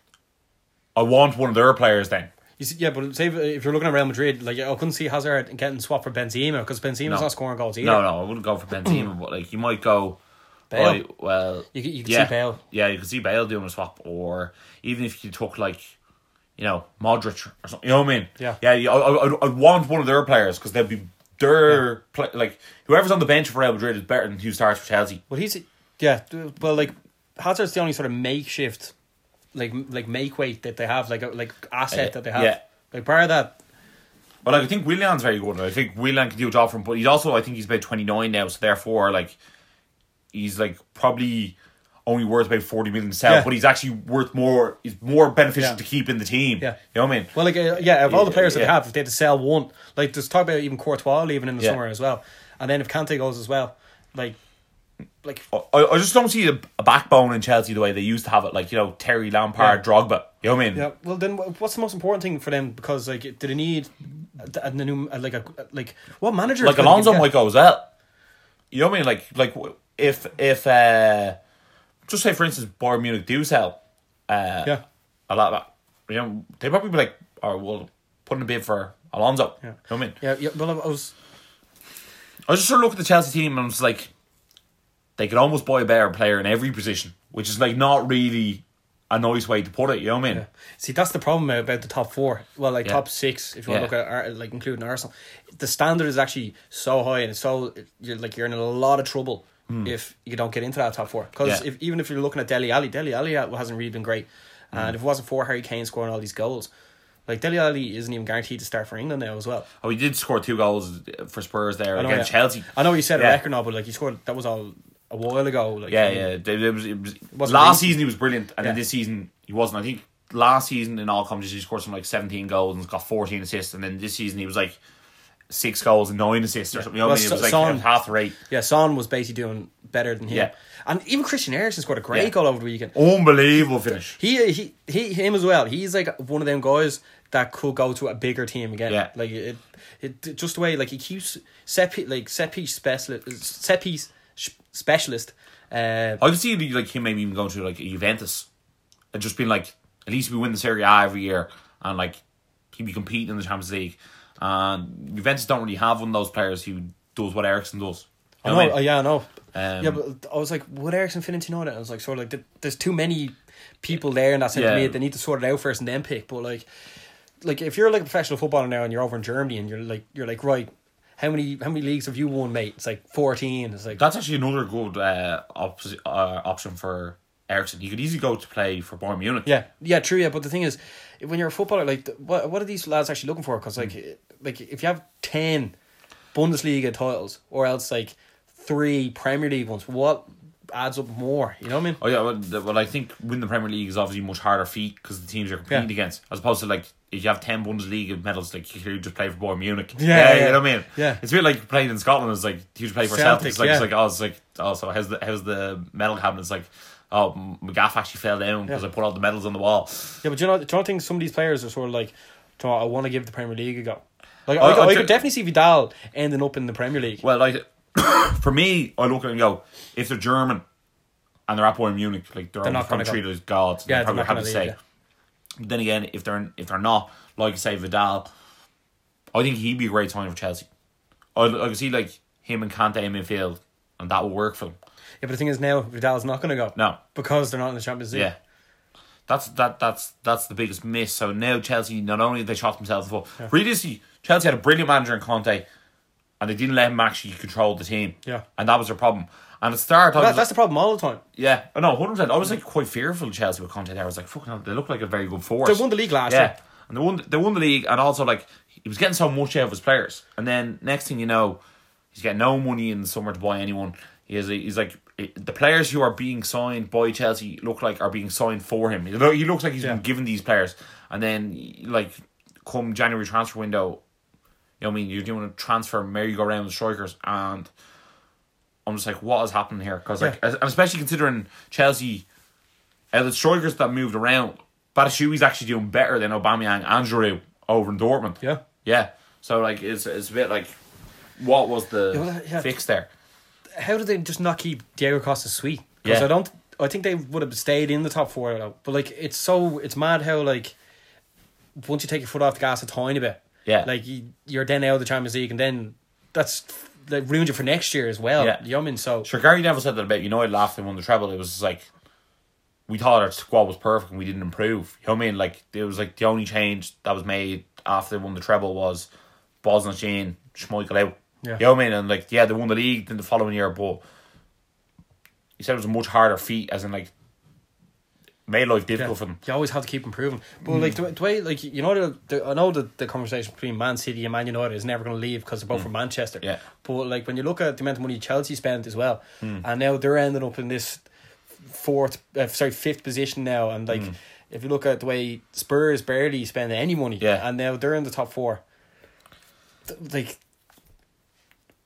Speaker 1: I want one of their players then.
Speaker 2: you see, yeah. But say if, if you're looking at Real Madrid, like I couldn't see Hazard getting swapped for Benzema because Benzema's
Speaker 1: No.
Speaker 2: not scoring goals either.
Speaker 1: No, no, I wouldn't go for Benzema, but like you might go.
Speaker 2: Bale.
Speaker 1: "Oh, well,
Speaker 2: You, c- you can
Speaker 1: yeah,
Speaker 2: see Bale.
Speaker 1: Yeah, you can see Bale doing a swap, or even if you took like, you know, Modric or something. You know what I mean?
Speaker 2: Yeah.
Speaker 1: Yeah, you- I, I, I'd- I'd want one of their players because they'd be their pla- like whoever's on the bench for Real Madrid is better than who starts for Chelsea.
Speaker 2: Well, he's yeah. Well, like Hazard's the only sort of makeshift, like like make weight that they have, like a- like asset that they have.
Speaker 1: Yeah.
Speaker 2: Like prior to that,
Speaker 1: But like, I think Willian's very good. and I think Willian can do a job for him, but he's also I think he's about twenty nine now, so therefore like, he's like probably. Only worth about forty million to sell,
Speaker 2: Yeah.
Speaker 1: but he's actually worth more. He's more beneficial
Speaker 2: Yeah.
Speaker 1: to keep in the team.
Speaker 2: Yeah.
Speaker 1: you know what I mean.
Speaker 2: well, like uh, yeah, of all the
Speaker 1: Yeah,
Speaker 2: players that
Speaker 1: yeah.
Speaker 2: they have, if they had to sell one, like just talk about even Courtois leaving in the
Speaker 1: Yeah.
Speaker 2: summer as well, and then if Kante goes as well, like like
Speaker 1: I, I just don't see a, a backbone in Chelsea the way they used to have it. Like, you know, Terry Lampard,
Speaker 2: Yeah.
Speaker 1: Drogba. You know what I mean?
Speaker 2: yeah. Well, then wh- what's the most important thing for them? Because like, do they need a, a new a- like a like what manager?
Speaker 1: Like,
Speaker 2: is gonna
Speaker 1: Alonso
Speaker 2: get-
Speaker 1: might go as well. You know what I mean? Like, like w- if, if, uh, just say, for instance, Bayern Munich do sell uh,
Speaker 2: yeah.
Speaker 1: a lot of that. You know, they'd probably be like, oh, well, put in a bid for Alonso.
Speaker 2: Yeah.
Speaker 1: You know what I mean?
Speaker 2: Yeah, yeah, well, I was
Speaker 1: I just sort of look at the Chelsea team and I was like, they could almost buy a better player in every position, which is like not really a nice way to put it. You know what I mean?
Speaker 2: See, that's the problem about the top four. Well, like top six, if you want
Speaker 1: Yeah.
Speaker 2: to look at Ar- like including Arsenal, the standard is actually so high, and it's so you're like you're in a lot of trouble if you don't get into that top four. Because
Speaker 1: Hmm. Yeah.
Speaker 2: if even if you're looking at Deli Ali, Deli Ali hasn't really been great,
Speaker 1: Hmm.
Speaker 2: and if it wasn't for Harry Kane scoring all these goals, like Deli Ali isn't even guaranteed to start for England now as well.
Speaker 1: Oh, he did score two goals for Spurs there
Speaker 2: I know,
Speaker 1: against
Speaker 2: yeah.
Speaker 1: Chelsea.
Speaker 2: I know you said
Speaker 1: Yeah.
Speaker 2: a record now, but like he scored that was all a while ago. Like
Speaker 1: Yeah,
Speaker 2: um,
Speaker 1: yeah. They- they was- it was-
Speaker 2: wasn't
Speaker 1: last
Speaker 2: recent.
Speaker 1: season he was brilliant, and then
Speaker 2: Yeah.
Speaker 1: this season he wasn't. I think last season in all competitions he scored something like seventeen goals and got fourteen assists, and then this season he was like six goals and nine assists or something. You know what I
Speaker 2: Well,
Speaker 1: mean? It was
Speaker 2: Son-
Speaker 1: like
Speaker 2: Son-
Speaker 1: half the rate.
Speaker 2: yeah. Son was basically doing better than him,
Speaker 1: Yeah.
Speaker 2: and even Christian Eriksen scored a great
Speaker 1: Yeah.
Speaker 2: goal over the weekend.
Speaker 1: Unbelievable finish.
Speaker 2: He he he him as well. He's like one of them guys that could go to a bigger team again.
Speaker 1: Yeah.
Speaker 2: Like it, it just the way like he keeps set piece like set piece specialist set piece sh- specialist. Uh,
Speaker 1: I could see like him maybe even going to like Juventus, and just being like, at least we win the Serie A every year, and like he'd be competing in the Champions League. And Juventus don't really have one of those players who does what Ericsson does.
Speaker 2: I
Speaker 1: You
Speaker 2: know,
Speaker 1: what I mean?
Speaker 2: uh, yeah, I know.
Speaker 1: Oh, Um,
Speaker 2: yeah, but I was like, would Ericsson fit into United? I was like, sort of like, th- there's too many people there in that centre
Speaker 1: Yeah.
Speaker 2: mid. They need to sort it out first and then pick. But like, like if you're like a professional footballer now and you're over in Germany and you're like, you're like, right, how many how many leagues have you won, mate? It's like fourteen. It's like
Speaker 1: That's actually another good uh, opposi- uh, option for Ericsson. He could easily go to play for Bayern Munich.
Speaker 2: Yeah, yeah, true. Yeah, but the thing is, when you're a footballer, like, th- what what are these lads actually looking for? Because like,
Speaker 1: Hmm.
Speaker 2: eh, like if you have ten Bundesliga titles, or else like three Premier League ones, what adds up more? You know what I mean?
Speaker 1: Oh yeah. Well, the- well, I think winning the Premier League is obviously much harder feat because the teams you're competing
Speaker 2: Yeah.
Speaker 1: against, as opposed to like if you have ten Bundesliga medals, like you could just play for Bayern Munich.
Speaker 2: Yeah,
Speaker 1: you
Speaker 2: yeah.
Speaker 1: know what I mean.
Speaker 2: Yeah.
Speaker 1: it's a bit like playing in Scotland. It's like you play for Celtic.
Speaker 2: Celtic,
Speaker 1: It's like it's
Speaker 2: yeah.
Speaker 1: like oh, it's like oh, so how's the how's the medal cabinet? It's like oh, M- McGaff actually fell down because
Speaker 2: Yeah.
Speaker 1: I put all the medals on the wall.
Speaker 2: Yeah, but do you know, do you not think some of these players are sort of like, do you know, I want to give the Premier League a go. Like,
Speaker 1: I-
Speaker 2: I,
Speaker 1: I
Speaker 2: I, could
Speaker 1: ju-
Speaker 2: definitely see Vidal ending up in the Premier League.
Speaker 1: Well, like for me, I look at it and go, if they're German and they're at Bayern Munich, like they're,
Speaker 2: not
Speaker 1: not going
Speaker 2: gonna
Speaker 1: to
Speaker 2: go.
Speaker 1: treat it as gods. Yeah,
Speaker 2: Yeah, they're
Speaker 1: probably
Speaker 2: not
Speaker 1: have to
Speaker 2: gonna
Speaker 1: say.
Speaker 2: leave,
Speaker 1: But Then again, if they're if they're not, like you say Vidal, I think he'd be a great signing for Chelsea. I I could see like him and Kante in midfield, and that would work for them.
Speaker 2: Yeah, but the thing is now Vidal's not going to go.
Speaker 1: No.
Speaker 2: because they're not in the Champions League.
Speaker 1: Yeah. That's that that's that's the biggest miss. So now Chelsea not only they shot themselves in the foot. Previously, Chelsea had a brilliant manager in Conte and they didn't let him actually control the team.
Speaker 2: Yeah.
Speaker 1: And that was their problem. And at the start I was
Speaker 2: That, that's the problem all the time.
Speaker 1: yeah, I know, hundred percent. I was like quite fearful of Chelsea with Conte there. I was like, fucking hell, they look like a very good force.
Speaker 2: They won the league last
Speaker 1: yeah.
Speaker 2: year.
Speaker 1: And they won they won the league and also like he was getting so much out of his players. And then next thing you know, he's getting no money in the summer to buy anyone. He is he's like the players who are being signed by Chelsea look like are being signed for him. He look- he looks like he's
Speaker 2: Yeah.
Speaker 1: been given these players. And then like come January transfer window, you know what I mean, you're doing a transfer merry-go-round strikers and I'm just like, what is happening here? Because like, and especially considering Chelsea, uh, the strikers that moved around, Batshuayi's actually doing better than Aubameyang and Giroud over in Dortmund.
Speaker 2: Yeah.
Speaker 1: yeah. So like, it's it's a bit like, what was the
Speaker 2: Yeah, well, that- yeah.
Speaker 1: fix there?
Speaker 2: How did they just not keep Diego Costa sweet? Because
Speaker 1: Yeah.
Speaker 2: I don't. I think they would have stayed in the top four though. But like, it's so it's mad how like once you take your foot off the gas a tiny bit,
Speaker 1: Yeah.
Speaker 2: like you, you're then out of the Champions League, and then that's that ruined you for next year as well.
Speaker 1: Yeah.
Speaker 2: You know what I mean? So
Speaker 1: Sure, Gary Neville said that about United after they won the treble. It was just like we thought our squad was perfect and we didn't improve. You know what I mean? Like it was like the only change that was made after they won the treble was Bosnich in, Schmeichel out.
Speaker 2: Yeah.
Speaker 1: You know what I mean? And like yeah, they won the league then the following year, but he said it was a much harder feat, as in like made life difficult for them.
Speaker 2: You always have to keep improving. But
Speaker 1: Mm.
Speaker 2: like the, the way, like you know, the, the, I know that the conversation between Man City and Man United is never going to leave because they're both from Manchester.
Speaker 1: Mm. Yeah.
Speaker 2: But like when you look at the amount of money Chelsea spent as well,
Speaker 1: Mm.
Speaker 2: and now they're ending up in this fourth, uh, sorry, fifth position now, and like
Speaker 1: Mm.
Speaker 2: if you look at the way Spurs barely spend any money,
Speaker 1: Yeah.
Speaker 2: and now they're in the top four. Th- Like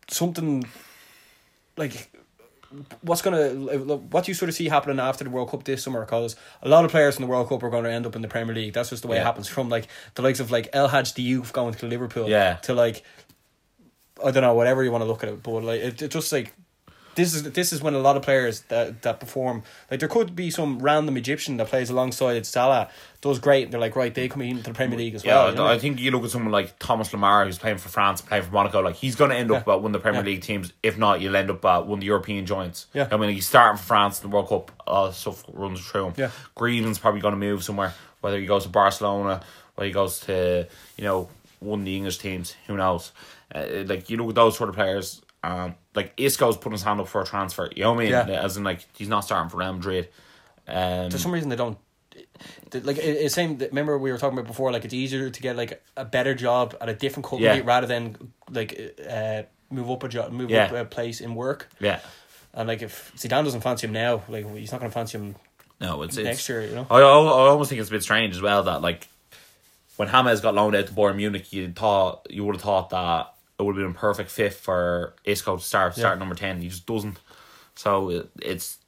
Speaker 2: something, like what's gonna what do you sort of see happening after the World Cup this summer? Because a lot of players in the World Cup are going to end up in the Premier League. That's just the way it
Speaker 1: Yeah.
Speaker 2: happens. From like the likes of like El Hadj Diouf going to Liverpool,
Speaker 1: Yeah.
Speaker 2: to like I don't know whatever you want to look at it, but like it, it just like. This is this is when a lot of players that, that perform like there could be some random Egyptian that plays alongside Salah does great and they're like right they come into the Premier League as
Speaker 1: Yeah,
Speaker 2: well.
Speaker 1: I-
Speaker 2: you know?
Speaker 1: I think you look at someone like Thomas Lamar, who's playing for France, playing for Monaco. Like he's going to end up
Speaker 2: Yeah.
Speaker 1: at one of the Premier
Speaker 2: Yeah.
Speaker 1: League teams. If not, you'll end up at one of the European joints.
Speaker 2: Yeah.
Speaker 1: I mean, he's starting for France in the World Cup. Uh, stuff runs through him.
Speaker 2: Yeah.
Speaker 1: Grievan's probably going to move somewhere. Whether he goes to Barcelona, whether he goes to you know one of the English teams, who knows? Uh, like you look at those sort of players. Um, like Isco's putting his hand up for a transfer. You know what I mean?
Speaker 2: Yeah.
Speaker 1: As in, like he's not starting for Real Madrid. Um,
Speaker 2: for some reason they don't they- like it- it's same remember we were talking about before like it's easier to get like a better job at a different company
Speaker 1: Yeah.
Speaker 2: rather than like uh move up a job move
Speaker 1: Yeah.
Speaker 2: up a place in work
Speaker 1: yeah.
Speaker 2: and like if Zidane doesn't fancy him now like he's not going to fancy him
Speaker 1: No, it's, it's
Speaker 2: next year you know
Speaker 1: I, I I almost think it's a bit strange as well that like when James got loaned out to Bayern Munich, you thought you would have thought that it would have been a perfect fit for Isco to start start number ten. He just doesn't. So it, it's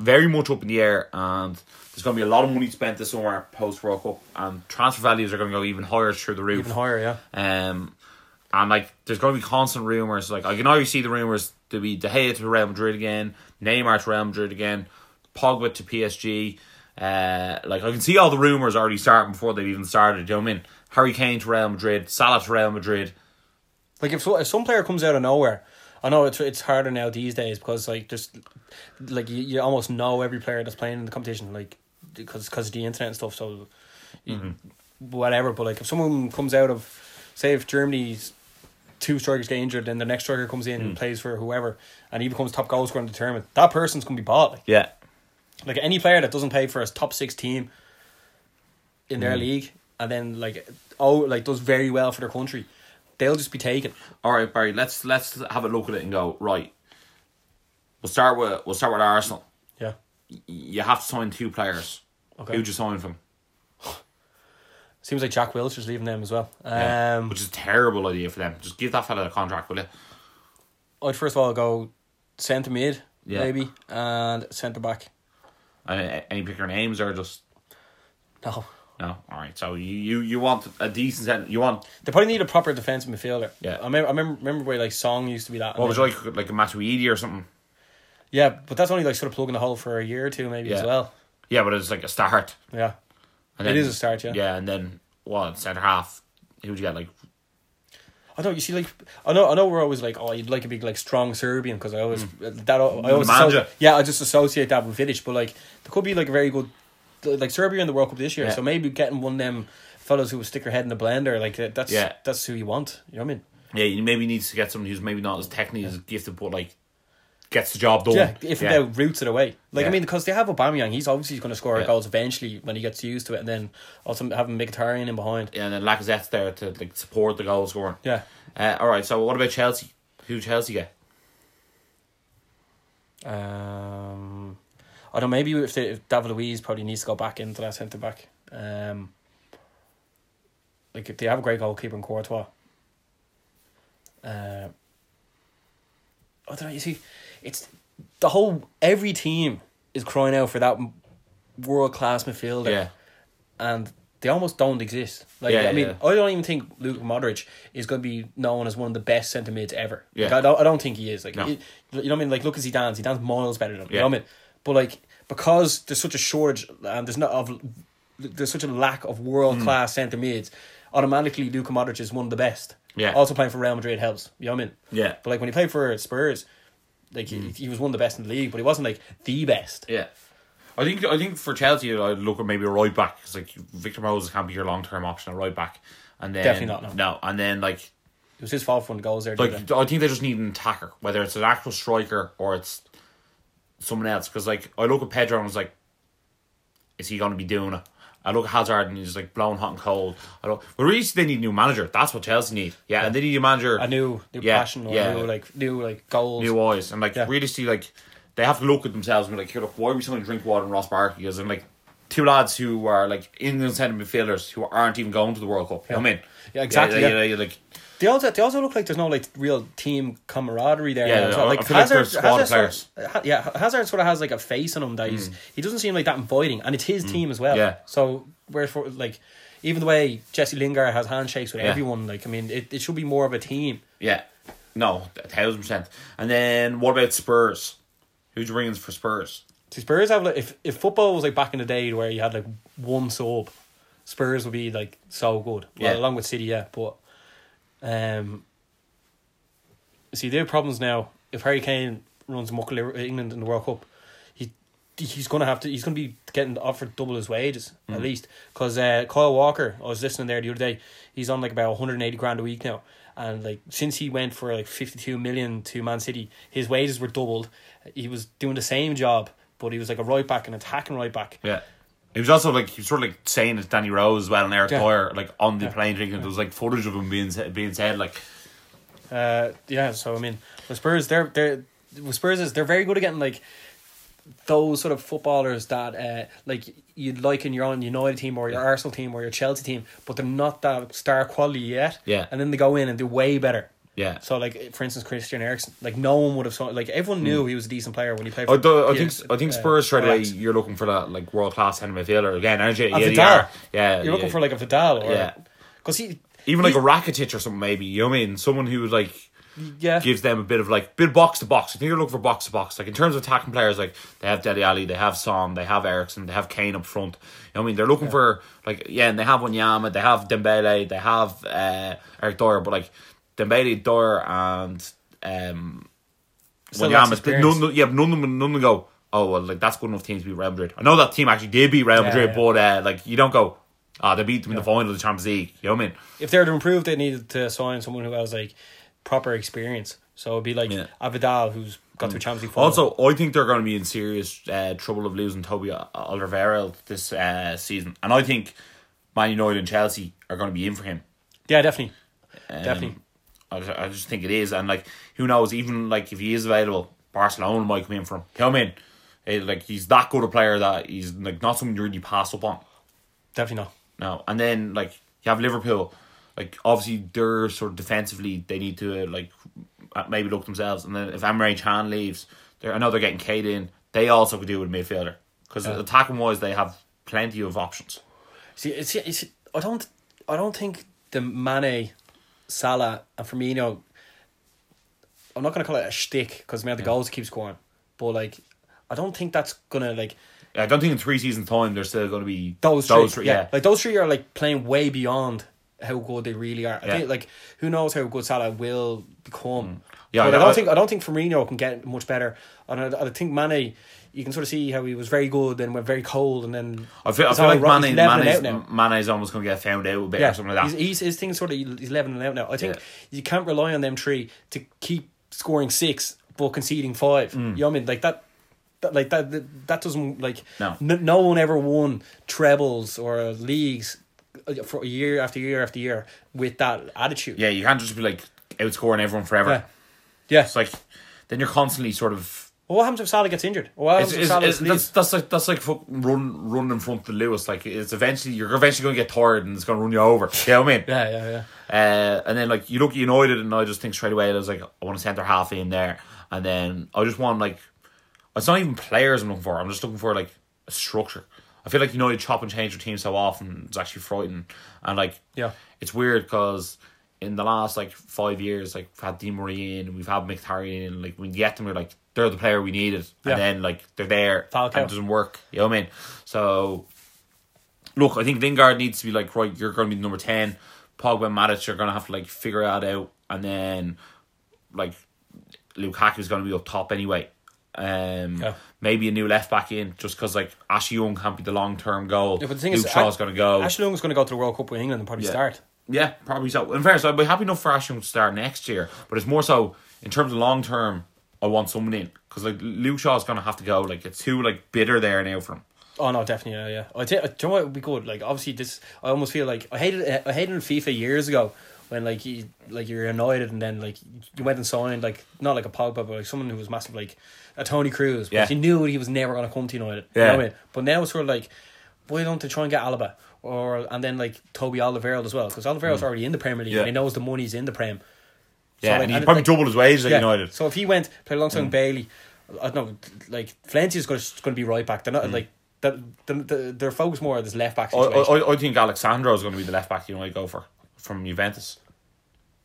Speaker 1: very much up in the air, and there's going to be a lot of money spent this summer post World Cup, and transfer values are going to go even higher through the roof.
Speaker 2: even higher yeah
Speaker 1: Um, and like, there's going to be constant rumors. Like, I can already see the rumors to be De Gea to Real Madrid again, Neymar to Real Madrid again, Pogba to PSG. Uh, like I can see all the rumors already starting before they've even started. You know what I mean? Harry Kane to Real Madrid, Salah to Real Madrid.
Speaker 2: Like if so, if some player comes out of nowhere, I know it's it's harder now these days because like there's like you, you almost know every player that's playing in the competition like because because of the internet and stuff. So you, whatever, but like if someone comes out of say if Germany's two strikers get injured, then the next striker comes in and plays for whoever, and he becomes top goal scorer in the tournament. That person's gonna be bought. Like,
Speaker 1: Yeah,
Speaker 2: like any player that doesn't play for his top six team in their league, and then like oh like does very well for their country, they'll just be taken.
Speaker 1: All right, Barry. Let's let's have a look at it and go right. We'll start with we'll start with Arsenal.
Speaker 2: Yeah.
Speaker 1: Y- You have to sign two players.
Speaker 2: Okay.
Speaker 1: Who'd you sign from?
Speaker 2: Seems like Jack Wilshere's leaving them as well.
Speaker 1: Yeah.
Speaker 2: Um,
Speaker 1: Which is a terrible idea for them. Just give that fella a contract, will you?
Speaker 2: I'd first of all go centre mid,
Speaker 1: Yeah.
Speaker 2: maybe, and centre back.
Speaker 1: Uh, any pick your names or just
Speaker 2: No,
Speaker 1: no? All right. So you you, you want a decent cent You want
Speaker 2: they probably need a proper defensive midfielder.
Speaker 1: Yeah.
Speaker 2: I remember. I remember, remember where like Song used to be that.
Speaker 1: what was it like like a Matuidi or something?
Speaker 2: Yeah, but that's only like sort of plugging the hole for a year or two, maybe as
Speaker 1: Yeah.
Speaker 2: well.
Speaker 1: Yeah, but it's like a start.
Speaker 2: Yeah,
Speaker 1: And
Speaker 2: It is a start, yeah.
Speaker 1: Yeah, and then well, centre half. Who'd you get? Like
Speaker 2: I know you see, like I know, I know, we're always like, oh, you'd like a big like strong Serbian because I always
Speaker 1: Hmm.
Speaker 2: uh, that I always
Speaker 1: Nemanja.
Speaker 2: asso- yeah, I just associate that with Vidic, but like there could be like a very good like Serbia in the World Cup this year,
Speaker 1: Yeah.
Speaker 2: so maybe getting one of them fellows who will stick their head in the blender, like that- that's
Speaker 1: Yeah.
Speaker 2: that's who you want. You know what I mean?
Speaker 1: Yeah, you maybe needs to get someone who's maybe not as technically as gifted, but like gets the job done.
Speaker 2: Yeah, if they roots it away. Like I
Speaker 1: Yeah.
Speaker 2: mean, because they have Aubameyang, he's obviously going to score
Speaker 1: Yeah.
Speaker 2: goals eventually when he gets used to it, and then also having Mkhitaryan in behind.
Speaker 1: Yeah, and then Lacazette's there to like support the goal scoring.
Speaker 2: Yeah.
Speaker 1: Uh, all right. So what about Chelsea? Who Chelsea get?
Speaker 2: Um, I don't know, maybe if, they, if David Luiz probably needs to go back into that centre back. Um, like if they have a great goalkeeper in Courtois. Uh, I don't know. You see, it's the whole every team is crying out for that world class midfielder,
Speaker 1: Yeah.
Speaker 2: and they almost don't exist. Like
Speaker 1: Yeah,
Speaker 2: I mean,
Speaker 1: yeah.
Speaker 2: I don't even think Luka Modric is going to be known as one of the best centre mids ever.
Speaker 1: Yeah.
Speaker 2: Like, I don't. I don't think he is. Like
Speaker 1: No.
Speaker 2: you you know what I mean? Like look as he dances, he dances miles better than him. You
Speaker 1: Yeah.
Speaker 2: know what I mean? But like because there's such a shortage and there's not of there's such a lack of world class
Speaker 1: Mm.
Speaker 2: centre mids, automatically Luka Modric is one of the best.
Speaker 1: Yeah.
Speaker 2: Also playing for Real Madrid helps. You know what I mean?
Speaker 1: Yeah. Mm.
Speaker 2: But like when he played for Spurs, like he, he was one of the best in the league, but he wasn't like the best.
Speaker 1: Yeah. I think I think for Chelsea, I'd look at maybe a right back 'cause, like Victor Moses can't be your long term option at right back, and then
Speaker 2: Definitely not, no.
Speaker 1: No, and then like
Speaker 2: It was his fault for when the goals there. didn't
Speaker 1: like I think they just need an attacker, whether it's an actual striker or it's someone else. Because like I look at Pedro and I was like, is he going to be doing it? I look at Hazard and he's like blowing hot and cold. I look, but really they need a new manager. That's what Chelsea need. Yeah, and they need a manager.
Speaker 2: a new new
Speaker 1: Yeah,
Speaker 2: passion or
Speaker 1: yeah.
Speaker 2: new like new like goals.
Speaker 1: new eyes and like
Speaker 2: Yeah.
Speaker 1: really see like they have to look at themselves and be like, here look, why are we selling drink water and Ross Barkley? Because I'm like two lads who are like England centre midfielders who aren't even going to the World Cup. You know what I mean?
Speaker 2: Yeah, exactly,
Speaker 1: Yeah,
Speaker 2: yeah.
Speaker 1: yeah, yeah, like
Speaker 2: They also they also look like there's no like real team camaraderie there.
Speaker 1: Yeah,
Speaker 2: now as
Speaker 1: I-
Speaker 2: well.
Speaker 1: I
Speaker 2: like
Speaker 1: feel like they're
Speaker 2: Hazard,
Speaker 1: squad
Speaker 2: Hazard
Speaker 1: players. Mm.
Speaker 2: Sort of, Ha- yeah, Hazard sort of has like a face on him that he's, he doesn't seem like that inviting, and it's his team as well.
Speaker 1: Yeah.
Speaker 2: So whereas for like even the way Jesse Lingard has handshakes with
Speaker 1: Yeah.
Speaker 2: everyone, like I mean, it, it should be more of a team.
Speaker 1: Yeah. No, a thousand percent. And then what about Spurs? Who'd you bring in for Spurs?
Speaker 2: See, Spurs have like if if football was like back in the day where you had like one sub, Spurs would be like so good. Well,
Speaker 1: Yeah.
Speaker 2: along with City, yeah, but um, see their problems now. If Harry Kane runs muck with Liver- England in the World Cup, he he's gonna have to. He's gonna be getting offered double his wages at least. Because uh, Kyle Walker, I was listening there the other day. He's on like about one hundred and eighty grand a week now, and like since he went for like fifty two million to Man City, his wages were doubled. He was doing the same job, but he was like a right back and attacking right back.
Speaker 1: Yeah. He was also like he was sort of like saying it's Danny Rose as well and Eric
Speaker 2: Yeah.
Speaker 1: Dyer like on the plane drinking. There was like footage of him being sa- being said like
Speaker 2: Uh, yeah, so I mean, the Spurs, they're they're the Spurs is they're very good at getting like those sort of footballers that uh, like you'd like in your own United team or your Arsenal team or your Chelsea team, but they're not that star quality yet.
Speaker 1: Yeah.
Speaker 2: and then they go in and do way better.
Speaker 1: yeah.
Speaker 2: So like for instance, Christian Eriksen, like no one would have saw like everyone knew he was a decent player when he played.
Speaker 1: Mm. I,
Speaker 2: For
Speaker 1: do, I
Speaker 2: P-
Speaker 1: think I think
Speaker 2: uh,
Speaker 1: Spurs straight away
Speaker 2: Ajax.
Speaker 1: you're looking for that like world class centre midfielder again, aren't you?
Speaker 2: And
Speaker 1: Yeah,
Speaker 2: Vidal.
Speaker 1: you are. yeah.
Speaker 2: You're looking
Speaker 1: yeah.
Speaker 2: for like a Vidal, or,
Speaker 1: Yeah.
Speaker 2: because he
Speaker 1: even like a Rakitic or something maybe. You know what I mean? Someone who would like
Speaker 2: yeah
Speaker 1: gives them a bit of like bit of box to box. I think you're looking for box to box. Like in terms of attacking players, like they have Deli Ali, they have Son, they have Ericsson, they have Kane up front. You know what I mean? They're looking for like yeah, and they have Wanyama, they have Dembele, they have uh, Eric Dyer, but like Dembele, Dyer, and um,
Speaker 2: Still lacks
Speaker 1: Wanyama. But none, yeah, but none of them, none of them go. Oh well, like that's good enough team to beat Real Madrid. I know that team actually did beat Real
Speaker 2: Yeah,
Speaker 1: Madrid,
Speaker 2: yeah.
Speaker 1: but uh, like you don't go. Ah, they beat them in the final of the Champions League. You know what I mean?
Speaker 2: if they were to improve, they needed to sign someone who has like proper experience. So it'd be like
Speaker 1: Yeah. Mm.
Speaker 2: Avidal, who's got to a Champions League final.
Speaker 1: Also, I think they're going to be in serious uh, trouble of losing Toby Oliveira this uh, season, and I think Man United and Chelsea are going to be in for him.
Speaker 2: yeah, definitely,
Speaker 1: Um,
Speaker 2: definitely.
Speaker 1: I just, I just think it is, and like who knows? Even like if he is available, Barcelona might come in for him. Come in, Eh, like he's that good a player that he's like not someone you really pass up on.
Speaker 2: Definitely not.
Speaker 1: No, and then like you have Liverpool, like obviously they're sort of defensively they need to like uh, maybe look themselves, and then if Amre Chan leaves, they're I know they're getting Kate in. They also could do with a midfielder because attacking wise they have plenty of options.
Speaker 2: See, it's, it's, I don't, I don't think the Mane, Salah, and Firmino. I'm not gonna call it a shtick because the amount of goals keeps scoring, but like, I don't think that's gonna like
Speaker 1: I don't think in three seasons time they're still going to be
Speaker 2: those, three,
Speaker 1: three,
Speaker 2: yeah. like those three are like playing way beyond how good they really are. I
Speaker 1: Yeah. Mm.
Speaker 2: think like who knows how good Salah will become.
Speaker 1: Yeah,
Speaker 2: but
Speaker 1: I-
Speaker 2: I don't
Speaker 1: I-
Speaker 2: think I don't think Firmino can get much better. And I, I think Mane, you can sort of see how he was very good, then went very cold, and then
Speaker 1: I feel, I
Speaker 2: it's
Speaker 1: feel
Speaker 2: all
Speaker 1: like
Speaker 2: wrong. He's
Speaker 1: Mane,
Speaker 2: leveling
Speaker 1: Mane's,
Speaker 2: out now.
Speaker 1: Mane's almost going to get found out a bit
Speaker 2: Yeah,
Speaker 1: or something like that.
Speaker 2: He's, he's, his thing's sort of he's leveling out now. I think
Speaker 1: Yeah.
Speaker 2: you can't rely on them three to keep scoring six but conceding five.
Speaker 1: Mm.
Speaker 2: You know what I mean? Like that. That, like that, that, that doesn't like
Speaker 1: No.
Speaker 2: n- no one ever won trebles or leagues uh, for year after year after year with that attitude.
Speaker 1: yeah, you can't just be like outscoring everyone forever.
Speaker 2: yeah. Yeah.
Speaker 1: It's like then you're constantly sort of.
Speaker 2: Well, what happens if Salah gets injured? What happens
Speaker 1: It's,
Speaker 2: if
Speaker 1: it's,
Speaker 2: Salah
Speaker 1: it's- that's that's like that's like fuck- run run in front of Lewis. Like it's eventually you're eventually going to get tired and it's going to run you over. You know what I mean?
Speaker 2: Yeah, yeah, yeah.
Speaker 1: Uh, and then like you look at United, and I just think straight away I was like, I want a centre half in there, and then I just want like, it's not even players I'm looking for. I'm just looking for like a structure. I feel like United chop and change their team so often it's actually frightening, and like
Speaker 2: Yeah.
Speaker 1: it's weird because in the last like five years, like we've had Di Maria in, we've had Mkhitaryan in, like we get them, we're like they're the player we needed,
Speaker 2: Yeah.
Speaker 1: and then like they're there,
Speaker 2: Falcao.
Speaker 1: and it doesn't work. You know what I mean? So look, I think Lingard needs to be like, right, you're going to be number 10. Pogba and Matic are going to have to like figure that out. And then, like, Lukaku's going to be up top anyway. Um,
Speaker 2: Yeah.
Speaker 1: Maybe a new left back in just because, like, Ash Young can't be the long term goal.
Speaker 2: Yeah, but the thing
Speaker 1: Luke
Speaker 2: is,
Speaker 1: Shaw's
Speaker 2: Ash-
Speaker 1: going to go.
Speaker 2: Ashley Young's going to go to the World Cup with England and probably
Speaker 1: Yeah.
Speaker 2: start.
Speaker 1: yeah, probably so. In fairness, I'd be happy enough for Ash Young to start next year. But it's more so, in terms of long term, I want someone in. Because, like, Luke Shaw's going to have to go. Like, it's too, like, bitter there now for him.
Speaker 2: Oh no, definitely, yeah, yeah. I think, do you know what would be good? Like, obviously, this I almost feel like I hated, I hated FIFA years ago when like you, like you're United and then like you went and signed like not like a Pogba but like someone who was massive like a Tony Cruz,
Speaker 1: Yeah.
Speaker 2: because you knew he was never gonna come to United. You
Speaker 1: Yeah.
Speaker 2: know what I mean? But now it's sort of like, why don't they try and get Alaba or and then like Toby Alderweireld as well because Alderweireld's already in the Premier League
Speaker 1: Mm. Yeah.
Speaker 2: and he knows the money's in the Prem.
Speaker 1: Yeah,
Speaker 2: like,
Speaker 1: and
Speaker 2: and
Speaker 1: he's
Speaker 2: it-
Speaker 1: probably
Speaker 2: like-
Speaker 1: doubled his wage at
Speaker 2: Yeah.
Speaker 1: United. Mm.
Speaker 2: So if he went play alongside Bailey, I don't know, like Valencia's going to, going to be right back. They're not
Speaker 1: Mm.
Speaker 2: like that. The, the, they're focused more on this left back
Speaker 1: I,
Speaker 2: situation. Oh,
Speaker 1: I, I think Alexandro is going to be the left back you know I go for from Juventus.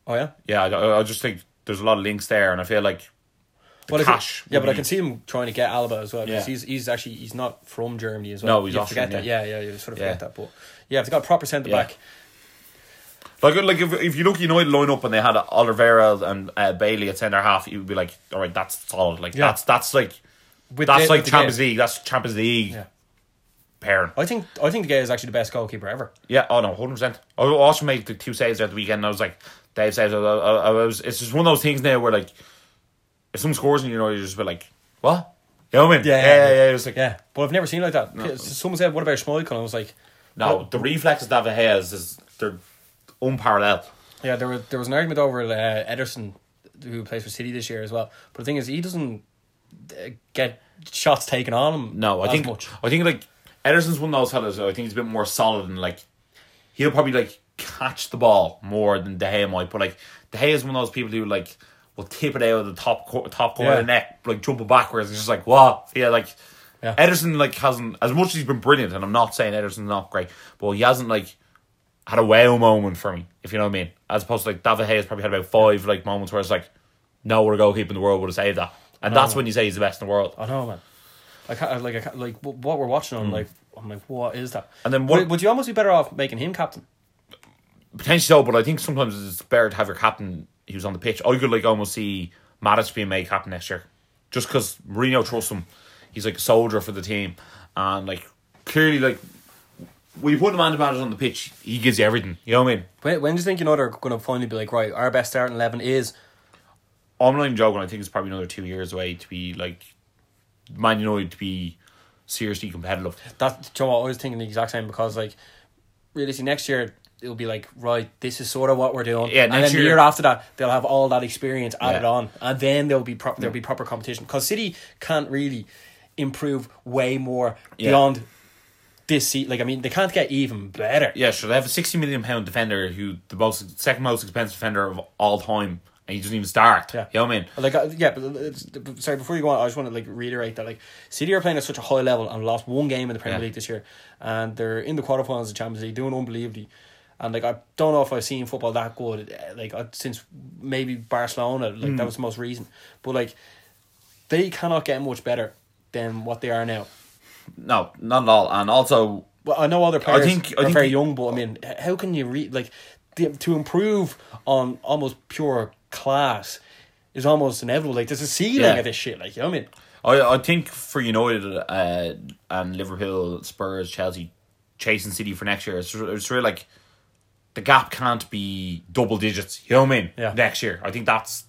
Speaker 2: Oh, yeah.
Speaker 1: Yeah, I- I, I just think there's a lot of links there, and I feel like
Speaker 2: Well, I can-
Speaker 1: cash
Speaker 2: yeah,
Speaker 1: would
Speaker 2: but I
Speaker 1: be-
Speaker 2: can see him trying to get Alaba as well.
Speaker 1: Yeah.
Speaker 2: because He's he's actually he's not from Germany as well.
Speaker 1: No, he's
Speaker 2: you
Speaker 1: Austrian,
Speaker 2: forget that. Yeah, yeah, you sort of
Speaker 1: Yeah.
Speaker 2: forget that. But yeah, if they got a proper centre
Speaker 1: Yeah.
Speaker 2: back,
Speaker 1: like like if, if you look United line up and they had Oliveira and uh, Bailey at centre half, you would be like, all right, that's solid. Like
Speaker 2: Yeah.
Speaker 1: that's that's like
Speaker 2: With
Speaker 1: that's
Speaker 2: the-
Speaker 1: like
Speaker 2: with the
Speaker 1: Champions
Speaker 2: game.
Speaker 1: League. That's Champions League
Speaker 2: Yeah.
Speaker 1: pairing.
Speaker 2: I think I think the guy is actually the best goalkeeper ever.
Speaker 1: Yeah, oh no, hundred percent. I also made the two saves at the weekend. And I was like, Dave saves. I, I, I was. It's just one of those things now where like, if someone scores and you know, you just be like, what? You know what I mean? yeah, yeah. It was like,
Speaker 2: yeah. But I've never seen like that. Someone said, "What about Schmeichel?" And I was like,
Speaker 1: No, the reflexes David has is they're unparalleled.
Speaker 2: Yeah, there was there was an argument over uh, Ederson, who plays for City this year as well. But the thing is, he doesn't uh, get shots taken on him.
Speaker 1: No, I
Speaker 2: as
Speaker 1: think
Speaker 2: much.
Speaker 1: I think like Ederson's one of those fellas. who I think he's a bit more solid and like he'll probably like catch the ball more than De Gea might. But like De Gea is one of those people who like will tip it out of the top cor- top corner of the
Speaker 2: Yeah.
Speaker 1: net, like jump it backwards. It's just like what? Yeah, like
Speaker 2: Yeah.
Speaker 1: Ederson like hasn't as much as he's been brilliant. And I'm not saying Ederson's not great, but he hasn't like had a wow moment for me, if you know what I mean. As opposed to like David Hayes probably had about five like moments where it's like, no other goalkeeper in the world would have saved that. And that's when you say he's the best in the world.
Speaker 2: I know, man. I can't, I- like I can't, like wh- what we're watching. I'm like, I'm like, what is that?
Speaker 1: Hmm. And then what-
Speaker 2: would, would you almost be better off making him captain?
Speaker 1: Potentially so, but I think sometimes it's better to have your captain who's on the pitch. I could like almost see Matic being made captain next year. Just because Mourinho trusts him. He's like a soldier for the team. And like clearly like when you put Amanda Matic on the pitch, he gives you everything. You know what I mean?
Speaker 2: When, when do you think you know they're going to finally be like, right, our best starting eleven is
Speaker 1: I'm not even joking. I think it's probably another two years away to be like Man United to be seriously competitive.
Speaker 2: that? Do you know what? I was thinking the exact same because like, realistically, next year it'll be like, right, this is sort of what we're doing.
Speaker 1: Yeah,
Speaker 2: and
Speaker 1: next
Speaker 2: then the
Speaker 1: year-
Speaker 2: year after that, they'll have all that experience added
Speaker 1: Yeah.
Speaker 2: on, and then there'll be pro- there'll be proper competition because City can't really improve way more
Speaker 1: Yeah.
Speaker 2: beyond this seat. Like, I mean, they can't get even better.
Speaker 1: Yeah, sure. They have a sixty million pound defender who the most second most expensive defender of all time, and he doesn't even start.
Speaker 2: Yeah.
Speaker 1: you know what I mean.
Speaker 2: Like uh, yeah, but it's, but- sorry. Before you go on, I just want to like reiterate that like City are playing at such a high level and lost one game in the Premier
Speaker 1: Yeah.
Speaker 2: League this year, and they're in the quarterfinals of the Champions League, doing unbelievably. And like I don't know if I've seen football that good, eh, like uh, since maybe Barcelona, like that was the most recent. But like, they cannot get much better than what they are now.
Speaker 1: No, not at all. And also,
Speaker 2: Well, I know other players
Speaker 1: think- I
Speaker 2: are
Speaker 1: think-
Speaker 2: very young, but I mean, h- how can you read like? th- the, to improve on almost pure class is almost inevitable. Like there's a ceiling
Speaker 1: Yeah.
Speaker 2: of this shit. Like you know what I mean?
Speaker 1: I I think for United uh, and Liverpool, Spurs, Chelsea, chasing City for next year, it's, re- it's really like the gap can't be double digits. You know what I mean?
Speaker 2: Yeah.
Speaker 1: Next year, I think that's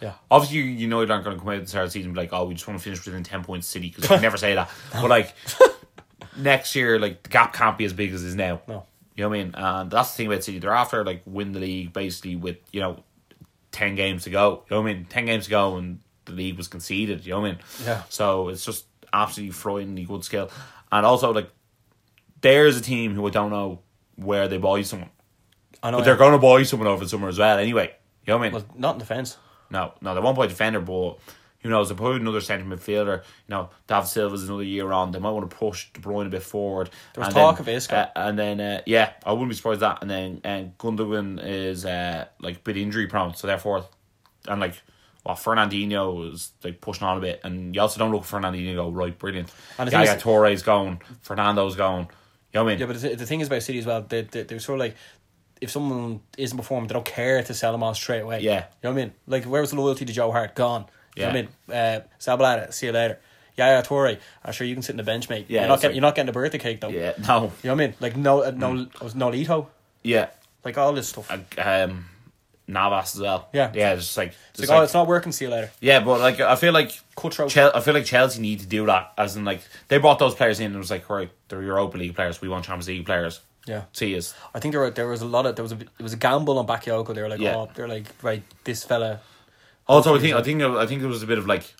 Speaker 2: Yeah.
Speaker 1: obviously United aren't going to come out at the start of the season and be like, oh, we just want to finish within ten points, of City, because we never say that. But like next year, like the gap can't be as big as it is now.
Speaker 2: No.
Speaker 1: You know what I mean? And that's the thing about City. They're after like win the league basically with you know ten games to go. You know what I mean? Ten games to go and the league was conceded. You know what I mean?
Speaker 2: Yeah.
Speaker 1: So it's just absolutely frighteningly good skill, and also like there's a team who I don't know where they buy someone,
Speaker 2: I know.
Speaker 1: but they're
Speaker 2: yeah.
Speaker 1: going to buy someone over the summer as well. Anyway, you know what I mean?
Speaker 2: Well, not in defense.
Speaker 1: No, no, they won't play defender, but who knows? They probably another centre midfielder. You know, David Silva's another year on. They might want to push De Bruyne a bit forward. There
Speaker 2: was talk of Isco.
Speaker 1: uh, and then uh, yeah, I wouldn't be surprised at that. And then and Gundogan is uh, like a bit injury prone, so therefore, and like. Well, Fernandinho is like pushing on a bit, and you also don't look for Fernandinho. and Go right, brilliant.
Speaker 2: And the thing
Speaker 1: Yaya
Speaker 2: is-
Speaker 1: Torre's going, Fernando's going. You know what I mean?
Speaker 2: Yeah, but the, the thing is about City as well, they, they, they're sort of like, if someone isn't performing, they don't care to sell them on straight away.
Speaker 1: Yeah.
Speaker 2: You know what I mean? Like, where was the loyalty to Joe Hart? Gone. You know
Speaker 1: Yeah.
Speaker 2: what I mean? Uh, Sabalata, see you later. Yaya Torre, I'm sure you can sit in the bench, mate.
Speaker 1: Yeah,
Speaker 2: You're not,
Speaker 1: it's
Speaker 2: get,
Speaker 1: like-
Speaker 2: you're not getting a birthday cake, though.
Speaker 1: yeah, Mm. no,
Speaker 2: You know what I mean? Like, no, uh, no, was Nolito.
Speaker 1: yeah,
Speaker 2: Like, all this stuff.
Speaker 1: um, Navas as well.
Speaker 2: Yeah.
Speaker 1: yeah, it's just like
Speaker 2: It's
Speaker 1: just
Speaker 2: like, oh, it's not working, see you later.
Speaker 1: Yeah, but like I feel like
Speaker 2: Cutthroat.
Speaker 1: Chel- I feel like Chelsea need to do that. As in, like they brought those players in and it was like, right, they're Europa League players. We want Champions League players.
Speaker 2: Yeah.
Speaker 1: See us.
Speaker 2: I think there were, there was a lot of, there was a, it was a gamble on Bakayoko. They were like,
Speaker 1: Yeah.
Speaker 2: oh, they're like, right, this fella.
Speaker 1: Also, I think I think I think there was a bit of like,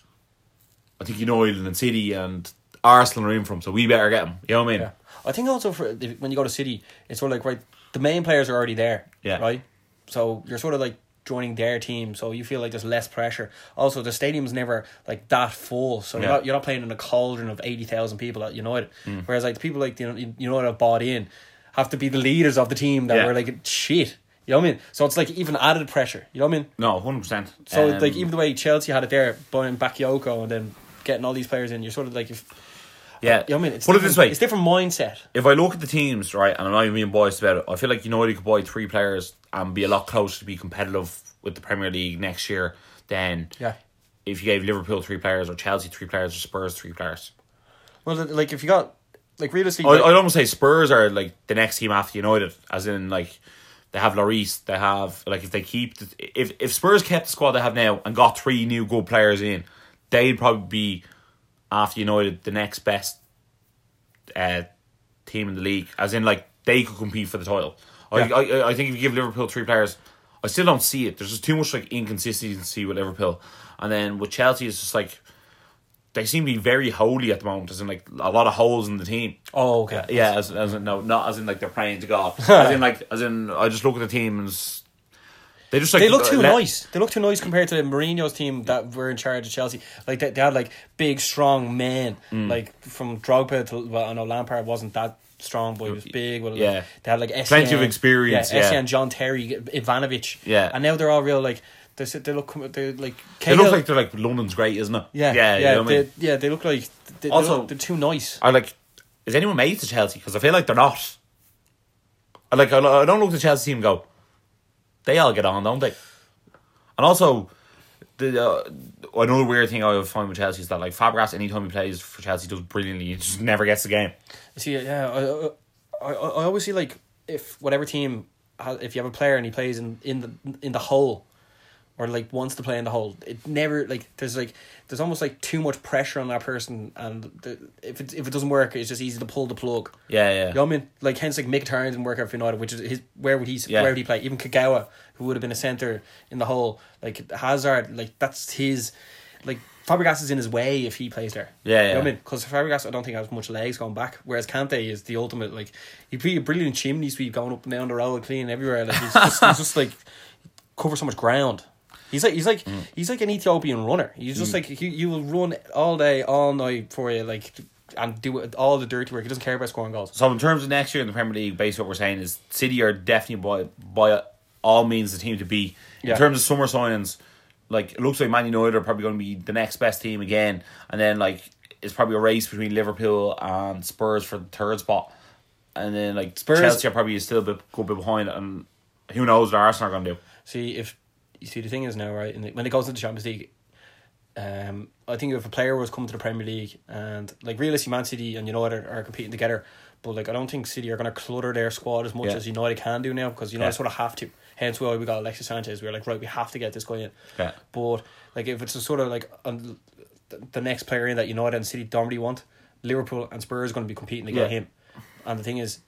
Speaker 1: I think you know Ireland and City and Arsenal are in from, so we better get them. You know what I mean?
Speaker 2: Yeah. I think also for if- when you go to City, it's sort of like right, the main players are already there.
Speaker 1: Yeah.
Speaker 2: Right. So you're sort of like joining their team, so you feel like there's less pressure. Also, the stadium's never like that full, so you're
Speaker 1: Yeah.
Speaker 2: not you're not playing in a cauldron of eighty thousand people at United. Whereas like the people like you know United have bought in have to be the leaders of the team that
Speaker 1: Yeah.
Speaker 2: were like shit. You know what I mean? So it's like even added pressure. You know what I mean?
Speaker 1: No, hundred percent. Um,
Speaker 2: So like even the way Chelsea had it there, buying Bakayoko and then getting all these players in, you're sort of like if
Speaker 1: yeah,
Speaker 2: you know what I mean? It's
Speaker 1: put it
Speaker 2: different-
Speaker 1: this way:
Speaker 2: it's different mindset.
Speaker 1: if I look at the teams, right, and I'm not even being biased about it, I feel like United could buy three players and be a lot closer to be competitive with the Premier League next year than
Speaker 2: Yeah.
Speaker 1: if you gave Liverpool three players or Chelsea three players or Spurs three players.
Speaker 2: Well, like if you got like realistically,
Speaker 1: I,
Speaker 2: like-
Speaker 1: I'd almost say Spurs are like the next team after United, as in like they have Lloris, they have like if they keep the, if if Spurs kept the squad they have now and got three new good players in, they'd probably be after United the next best uh, team in the league. As in like they could compete for the title. I,
Speaker 2: Yeah.
Speaker 1: I I- I think if you give Liverpool three players, I still don't see it. There's just too much like inconsistency with Liverpool, and then with Chelsea it's just like. They seem to be very holy at the moment, as in like a lot of holes in the team.
Speaker 2: oh okay,
Speaker 1: Yeah, as, as in, no, not as in like they're praying to God. as in like, as in, I just look at the team and s- they just like
Speaker 2: they look too
Speaker 1: let-
Speaker 2: nice. They look too nice compared to Mourinho's team that were in charge of Chelsea. Like they, they had like big, strong men,
Speaker 1: Mm.
Speaker 2: like from Drogba to well, I know Lampard wasn't that strong, but he was big. Well,
Speaker 1: Yeah.
Speaker 2: like, they had like SCN,
Speaker 1: Plenty of experience, yeah.
Speaker 2: SCN, John Terry, Ivanovic,
Speaker 1: Yeah.
Speaker 2: and now they're all real like they sit- they look they like
Speaker 1: They look
Speaker 2: Cahill-
Speaker 1: like they're like London's great, isn't it?
Speaker 2: yeah
Speaker 1: yeah,
Speaker 2: yeah
Speaker 1: You know what I
Speaker 2: they,
Speaker 1: mean?
Speaker 2: yeah they look like they, also
Speaker 1: Also-
Speaker 2: they look, they're too nice.
Speaker 1: Are like, is anyone made to Chelsea? Because I feel like they're not. I Like, I, I don't look at the Chelsea team and go, they all get on, don't they? And also, the uh, another weird thing I find with Chelsea is that like Fabregas, anytime he plays for Chelsea, does brilliantly. He just never gets the game.
Speaker 2: See, yeah, I, I, I I always see like if whatever team, has, if you have a player and he plays in in the in the hole, or like wants to play in the hole, it never like there's like there's almost like too much pressure on that person, and the, if it if it doesn't work, it's just easy to pull the plug.
Speaker 1: Yeah, yeah.
Speaker 2: You know what I mean? Like hence like Mick Tarn didn't work out for United, which is his where would he
Speaker 1: Yeah.
Speaker 2: where would he play? Even Kagawa, who would have been a centre in the hole, like Hazard, like that's his like Fabregas is in his way if he plays there.
Speaker 1: Yeah,
Speaker 2: You know
Speaker 1: yeah.
Speaker 2: what I mean? Because Fabregas I don't think has much legs going back. Whereas Kante is the ultimate like he'd be a brilliant chimney sweep going up and down the road, clean everywhere. Like he's just, he's just like cover so much ground. He's like he's like
Speaker 1: Mm.
Speaker 2: he's like an Ethiopian runner. He's just like he, you will run all day, all night for you, like and do it- all the dirty work. He doesn't care about scoring goals.
Speaker 1: So in terms of next year in the Premier League, basically what we're saying is City are definitely by by all means the team to be.
Speaker 2: Yeah.
Speaker 1: In terms of summer signings, like it looks like Man United are probably going to be the next best team again, and then like it's probably a race between Liverpool and Spurs for the third spot, and then like Spurs, Chelsea are probably still a bit, go a bit behind, and who knows what Arsenal are going to do?
Speaker 2: See if you see the thing is now right in the, when it goes into Champions League. Um, I think if a player was coming to the Premier League and like realistically, Man City and United are competing together, but like I don't think City are going to clutter their squad as much
Speaker 1: Yeah.
Speaker 2: as United can do now because United
Speaker 1: Yeah.
Speaker 2: sort of have to. Hence why we got Alexis Sanchez. We are like right, we have to get this guy in.
Speaker 1: Yeah.
Speaker 2: But like if it's a sort of like um, th- the next player in that United and City don't really want, Liverpool and Spurs are going to be competing to get
Speaker 1: Yeah.
Speaker 2: him. And the thing is,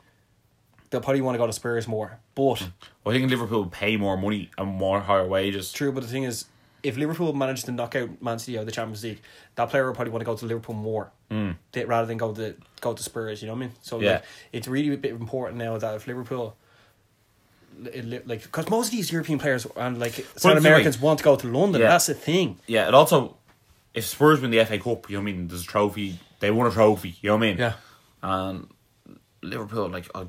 Speaker 2: they'll probably want to go to Spurs more, but.
Speaker 1: Well, I think Liverpool will pay more money and more higher wages.
Speaker 2: True, but the thing is, if Liverpool managed to knock out Man City out of the Champions League, that player would probably want to go to Liverpool more th- rather than go to go to Spurs. You know what I mean? So
Speaker 1: Mm. Yeah.
Speaker 2: like, it's really a bit important now that if Liverpool. li- li- Like, because most of these European players and like South
Speaker 1: it's the way-
Speaker 2: Americans want to go to London.
Speaker 1: Yeah.
Speaker 2: That's the thing.
Speaker 1: Yeah, and also, if Spurs win the FA Cup, you know what I mean? There's a trophy. They won a trophy. You know what I mean? And Liverpool, like, I,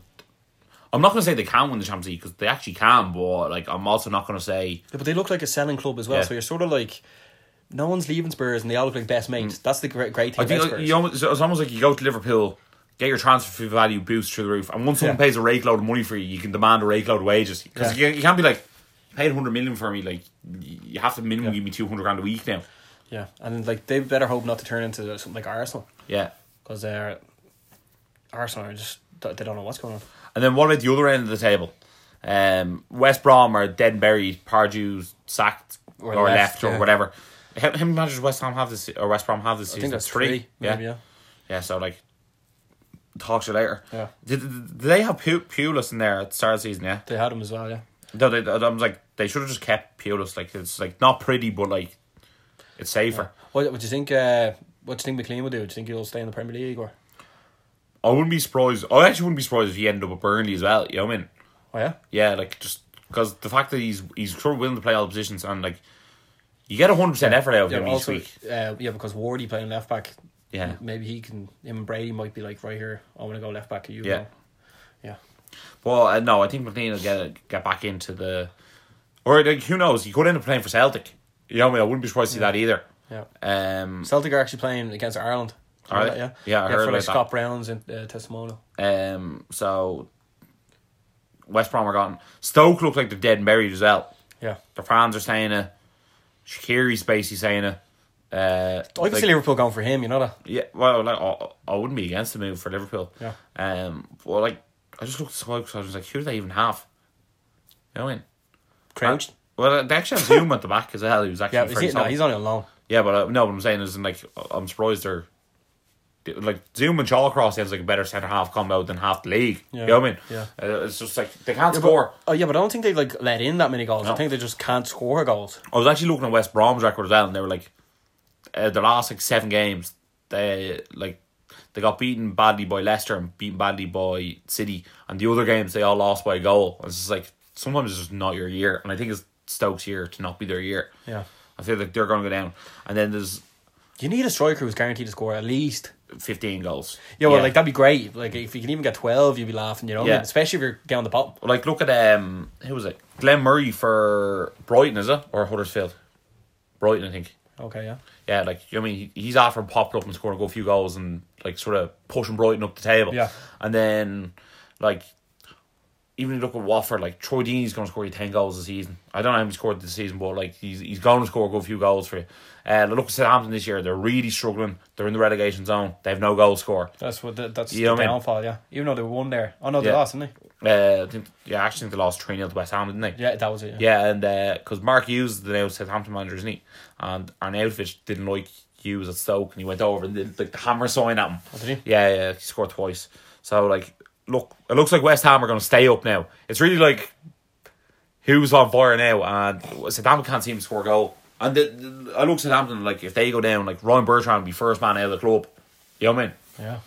Speaker 1: I'm not going to say they can win the Champions League because they actually can, but like, I'm also not going to say
Speaker 2: Yeah, but they look like a selling club as well.
Speaker 1: Yeah.
Speaker 2: So you're sort of like, no one's leaving Spurs, and they all look like best mates. That's the great, great thing.
Speaker 1: Mm. I think
Speaker 2: about
Speaker 1: like,
Speaker 2: Spurs.
Speaker 1: you almost, it's almost like you go to Liverpool, get your transfer fee value boost through the roof, and once someone
Speaker 2: Yeah.
Speaker 1: pays a rake load of money for you, you can demand a rake load of wages because
Speaker 2: Yeah.
Speaker 1: you, you can't be like you paid hundred million for me, like y- you have to minimum
Speaker 2: Yeah.
Speaker 1: give me two hundred grand a week now.
Speaker 2: yeah, and like they better hope not to turn into something like Arsenal.
Speaker 1: Yeah,
Speaker 2: because they're uh, Arsenal are just they don't know what's going on.
Speaker 1: and then what about the other end of the table? Um, West Brom are dead and buried, Pardew's sacked
Speaker 2: Or
Speaker 1: or, left,
Speaker 2: left, yeah.
Speaker 1: or whatever. How, how many matches does West Ham have this se- or West Brom have this season?
Speaker 2: I think that's
Speaker 1: Three,
Speaker 2: three. maybe, yeah.
Speaker 1: Yeah, so like, talk to you later.
Speaker 2: Yeah.
Speaker 1: Did, did did they have Pu- Pulis in there at the start of the season? Yeah.
Speaker 2: They had him as well. Yeah,
Speaker 1: No, they, I was like, they should have just kept Pulis. Like, it's like not pretty, but like, it's safer.
Speaker 2: what, what do you think? Uh, what do you think McLean will do? Do you think he'll stay in the Premier League or?
Speaker 1: I wouldn't be surprised. I actually wouldn't be surprised if he ended up at Burnley as well. You know what I mean?
Speaker 2: Oh yeah,
Speaker 1: Yeah, like just because the fact that he's he's sort of willing to play all positions and like, you get hundred percent effort out of
Speaker 2: yeah.
Speaker 1: him
Speaker 2: Also,
Speaker 1: each week.
Speaker 2: uh, yeah, because Wardy playing left back.
Speaker 1: Yeah.
Speaker 2: maybe he can. Him and Brady might be like right here. I want to go left back. You
Speaker 1: Yeah.
Speaker 2: go. yeah.
Speaker 1: Well, uh, no, I think McLean will get get back into the, or like who knows? He could end up playing for Celtic. You know what I mean? I wouldn't be surprised to see that either.
Speaker 2: Yeah.
Speaker 1: Um,
Speaker 2: Celtic are actually playing against Ireland. Did you know
Speaker 1: Are
Speaker 2: that,
Speaker 1: they?
Speaker 2: yeah,
Speaker 1: Yeah, I heard
Speaker 2: for like
Speaker 1: about that.
Speaker 2: Scott Brown's and uh, testimonial.
Speaker 1: um, so West Brom are gone. Stoke look like they're dead and buried as well.
Speaker 2: Yeah,
Speaker 1: The fans are saying it. Shakiri's basically saying it. Uh,
Speaker 2: I can
Speaker 1: like-
Speaker 2: see Liverpool going for him. You know that.
Speaker 1: yeah, well, like I, I wouldn't be against the move for Liverpool.
Speaker 2: Yeah.
Speaker 1: Um, well, like I just looked at Stoke, so I was like, who do they even have? You know what I mean?
Speaker 2: Crouched.
Speaker 1: Well, they actually have Zoom at the back as well. He was actually
Speaker 2: Yeah, is
Speaker 1: pretty
Speaker 2: he, no,
Speaker 1: solid.
Speaker 2: he's only on loan.
Speaker 1: yeah, but uh, no, what I'm saying is, like, I'm surprised they're like Zoom and Shawcross sounds like a better centre half combo than half the league.
Speaker 2: Yeah.
Speaker 1: You know what I mean?
Speaker 2: Yeah.
Speaker 1: Uh, it's just like they can't
Speaker 2: Yeah, but-
Speaker 1: score.
Speaker 2: oh yeah, but I don't think they like let in that many goals. I
Speaker 1: No.
Speaker 2: think they just can't score goals.
Speaker 1: I was actually looking at West Brom's record as well, and they were like, uh, their last like seven games, they like they got beaten badly by Leicester and beaten badly by City, and the other games they all lost by a goal. It's just like sometimes it's just not your year, and I think it's Stoke's year to not be their year.
Speaker 2: Yeah.
Speaker 1: I feel like they're going to go down, and then there's
Speaker 2: You need a striker who's guaranteed to score at least.
Speaker 1: fifteen goals.
Speaker 2: Yeah, well, like that'd be great. Like if you can even get twelve, you'd be laughing. You know,
Speaker 1: Yeah.
Speaker 2: especially if you're down the bottom.
Speaker 1: like look at um, who was it? Glenn Murray for Brighton, is it or Huddersfield? Brighton, I think.
Speaker 2: Okay, yeah,
Speaker 1: Yeah, like you know what I mean, he- he's after popped up and scoring a go- few goals and like sort of pushing Brighton up the table.
Speaker 2: Yeah.
Speaker 1: and then like even if you look at Watford, like Troy Deeney's going to score you ten goals this season. I don't know how he scored this season, but like he's he's going to score a good few goals for you. Uh, look at Southampton this year; they're really struggling. They're in the relegation zone. They have no goal score.
Speaker 2: that's what the, that's
Speaker 1: You know what
Speaker 2: the
Speaker 1: I mean?
Speaker 2: downfall. Yeah, even though they won there, oh no, they
Speaker 1: Yeah.
Speaker 2: lost, didn't they?
Speaker 1: Uh, I think yeah, I actually think they lost three 0 to West Ham, didn't they?
Speaker 2: Yeah, that was it. Yeah,
Speaker 1: Yeah, and because Mark Hughes is the now Southampton manager, isn't he? And Arnautovic didn't like Hughes at Stoke, and he went over and did like the hammer sign at him.
Speaker 2: Oh, did he?
Speaker 1: Yeah, yeah, he scored twice. So like, look, it looks like West Ham are going to stay up now. It's really like who's on fire now, and Southampton can't seem to score a goal. And the, the, I look at Southampton like if they go down, like Ryan Bertrand will be first man out of the club. You know what I mean?
Speaker 2: yeah.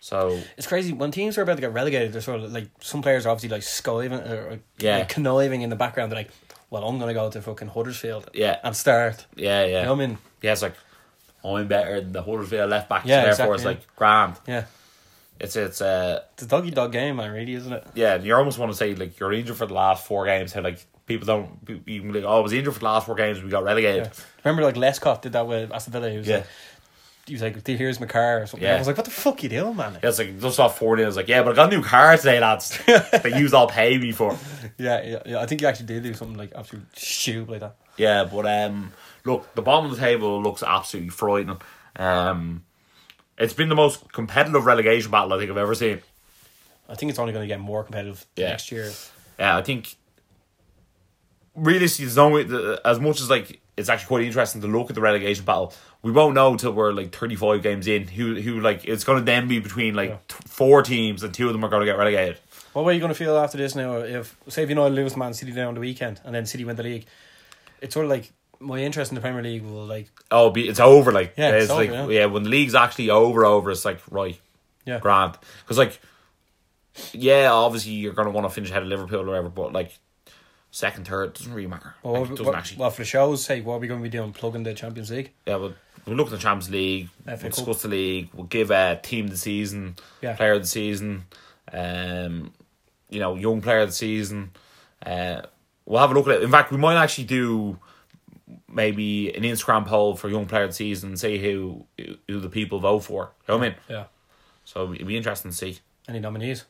Speaker 1: So
Speaker 2: It's crazy when teams are about to get relegated. They're sort of like some players are obviously like skiving or like,
Speaker 1: Yeah.
Speaker 2: like, conniving in the background. They're like, "Well, I'm gonna go to fucking Huddersfield,
Speaker 1: Yeah.
Speaker 2: and start."
Speaker 1: yeah, yeah,
Speaker 2: You know what I mean?
Speaker 1: yeah. It's like I'm better than the Huddersfield left back.
Speaker 2: Yeah,
Speaker 1: Yeah, so therefore
Speaker 2: exactly,
Speaker 1: it's
Speaker 2: yeah.
Speaker 1: like grand.
Speaker 2: Yeah,
Speaker 1: It's it's uh.
Speaker 2: it's a doggy dog game, man. Really, isn't it?
Speaker 1: yeah, you almost want to say like you're injured for the last four games. How like people don't pe- you can be like, oh, I was injured for the last four games. We got relegated.
Speaker 2: Remember, like Lescott did that with Aston Villa. He was
Speaker 1: Yeah.
Speaker 2: like, he was like, "Here's my car" or something.
Speaker 1: Yeah.
Speaker 2: I was like, "What the fuck you doing, man?"
Speaker 1: Yeah, it's like just off forty. I was like, yeah, but I got a new car today, lads. that you all pay me for.
Speaker 2: Yeah, yeah, yeah. I think he actually did do something like absolute stupid like that.
Speaker 1: Yeah, but um, look, the bottom of the table looks absolutely frightening. Um, it's been the most competitive relegation battle I think I've ever seen.
Speaker 2: I think it's only going to get more competitive
Speaker 1: Yeah.
Speaker 2: next year.
Speaker 1: Yeah, I think realistically, there's no way. the- As much as like it's actually quite interesting to look at the relegation battle, we won't know till we're like 35 games in. Who who like it's going to then be between like t- four teams and two of them are going to get relegated.
Speaker 2: What way are you going to feel after this now? If say if United lose to Man City down the weekend and then City win the league, it's sort of like my interest in the Premier League will like
Speaker 1: Oh, be it's over. Like
Speaker 2: Yeah, it's
Speaker 1: like
Speaker 2: over,
Speaker 1: yeah, when the league's actually over, over it's like right.
Speaker 2: yeah.
Speaker 1: grand. Because like, yeah, obviously you're gonna want to finish ahead of Liverpool or whatever, but like, second, third doesn't really matter.
Speaker 2: Well,
Speaker 1: Like,
Speaker 2: what-
Speaker 1: it doesn't
Speaker 2: what-
Speaker 1: actually.
Speaker 2: well, for the show's sake, what are we going to be doing? Plugging the Champions League?
Speaker 1: yeah, we'll, we'll look at the Champions League.
Speaker 2: FA
Speaker 1: we'll
Speaker 2: Cup.
Speaker 1: discuss the league. We'll give uh, team of the season,
Speaker 2: Yeah.
Speaker 1: player of the season, um, you know, young player of the season. Uh, we'll have a look at it. In fact, we might actually do maybe an Instagram poll for young player of the season. and See who who the people vote for. You know what I mean?
Speaker 2: Yeah.
Speaker 1: So it'd be interesting to see.
Speaker 2: Any nominees?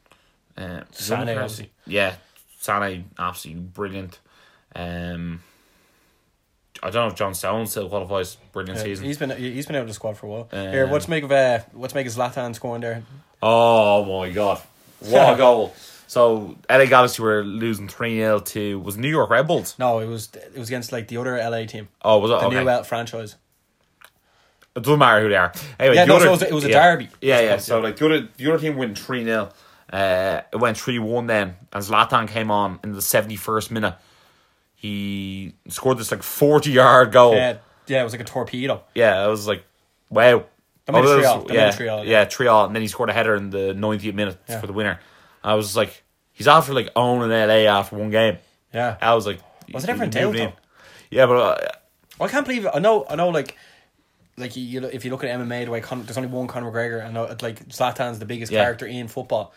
Speaker 1: Uh,
Speaker 2: Sané,
Speaker 1: Zoom-
Speaker 2: obviously.
Speaker 1: Yeah, Sané, absolutely brilliant. Um, I don't know if John Stones still qualifies. Brilliant
Speaker 2: Yeah,
Speaker 1: season. Um,
Speaker 2: he's been he's been out of the squad for a while. Here, what's make of uh, what's make of Zlatan scoring there?
Speaker 1: Oh my god, what a goal! So LA Galaxy were losing three 0 to was it New York Red Bulls.
Speaker 2: No, it was it was against like the other LA team,
Speaker 1: Oh, was it?
Speaker 2: the
Speaker 1: okay.
Speaker 2: new L franchise.
Speaker 1: It doesn't matter who they are. Anyway,
Speaker 2: Yeah,
Speaker 1: the
Speaker 2: no,
Speaker 1: other-
Speaker 2: so it was- it was a
Speaker 1: yeah.
Speaker 2: derby.
Speaker 1: Yeah, yeah. So like the other the other team went three 0 uh, it went three one then, and Zlatan came on in the seventy first minute. He scored this like forty yard goal.
Speaker 2: Yeah, yeah, it was like a torpedo.
Speaker 1: Yeah, I was like, wow.
Speaker 2: They
Speaker 1: Oh,
Speaker 2: made a
Speaker 1: that
Speaker 2: three-all.
Speaker 1: was-
Speaker 2: They made a
Speaker 1: yeah,
Speaker 2: three-all, yeah.
Speaker 1: yeah, three-all, and then he scored a header in the 90th minute
Speaker 2: Yeah.
Speaker 1: for the winner. I was like, he's after like owning LA after one game.
Speaker 2: Yeah,
Speaker 1: I was like,
Speaker 2: Was it ever in
Speaker 1: he moved
Speaker 2: doubt,
Speaker 1: Yeah, but uh,
Speaker 2: I can't believe it. I know. I know. Like, like you, you, look- if you look at MMA, the way Con- there's only one Conor McGregor, and uh, like Zlatan's the biggest
Speaker 1: Yeah.
Speaker 2: character in football.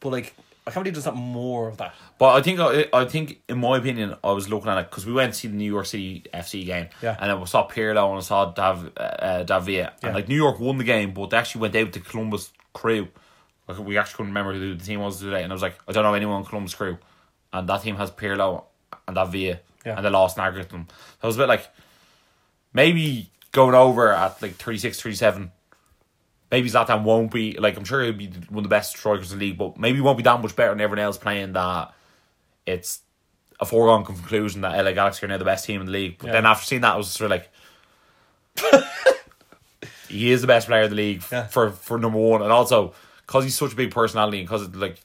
Speaker 2: But like, I can't believe there's not more of that.
Speaker 1: but I think I, I think in my opinion, I was looking at it because we went to see the New York City FC game.
Speaker 2: Yeah.
Speaker 1: and I saw Pirlo and I saw Dav uh, uh, Davia,
Speaker 2: Yeah.
Speaker 1: and like New York won the game, but they actually went out to Columbus Crew. Like we actually couldn't remember who the team was today, and I was like, I don't know anyone in Columbus Crew, and that team has Pirlo and Davia,
Speaker 2: Yeah.
Speaker 1: and they lost Naggart them. So I was a bit like, maybe going over at like 36, 37, maybe Zlatan won't be like I'm sure he'll be one of the best strikers in the league, but maybe he won't be that much better than everyone else playing that it's a foregone conclusion that LA Galaxy are now the best team in the league. But
Speaker 2: Yeah.
Speaker 1: then after seeing that I was sort of like he is the best player in the league f-
Speaker 2: Yeah.
Speaker 1: for for number one and also because he's such a big personality and because like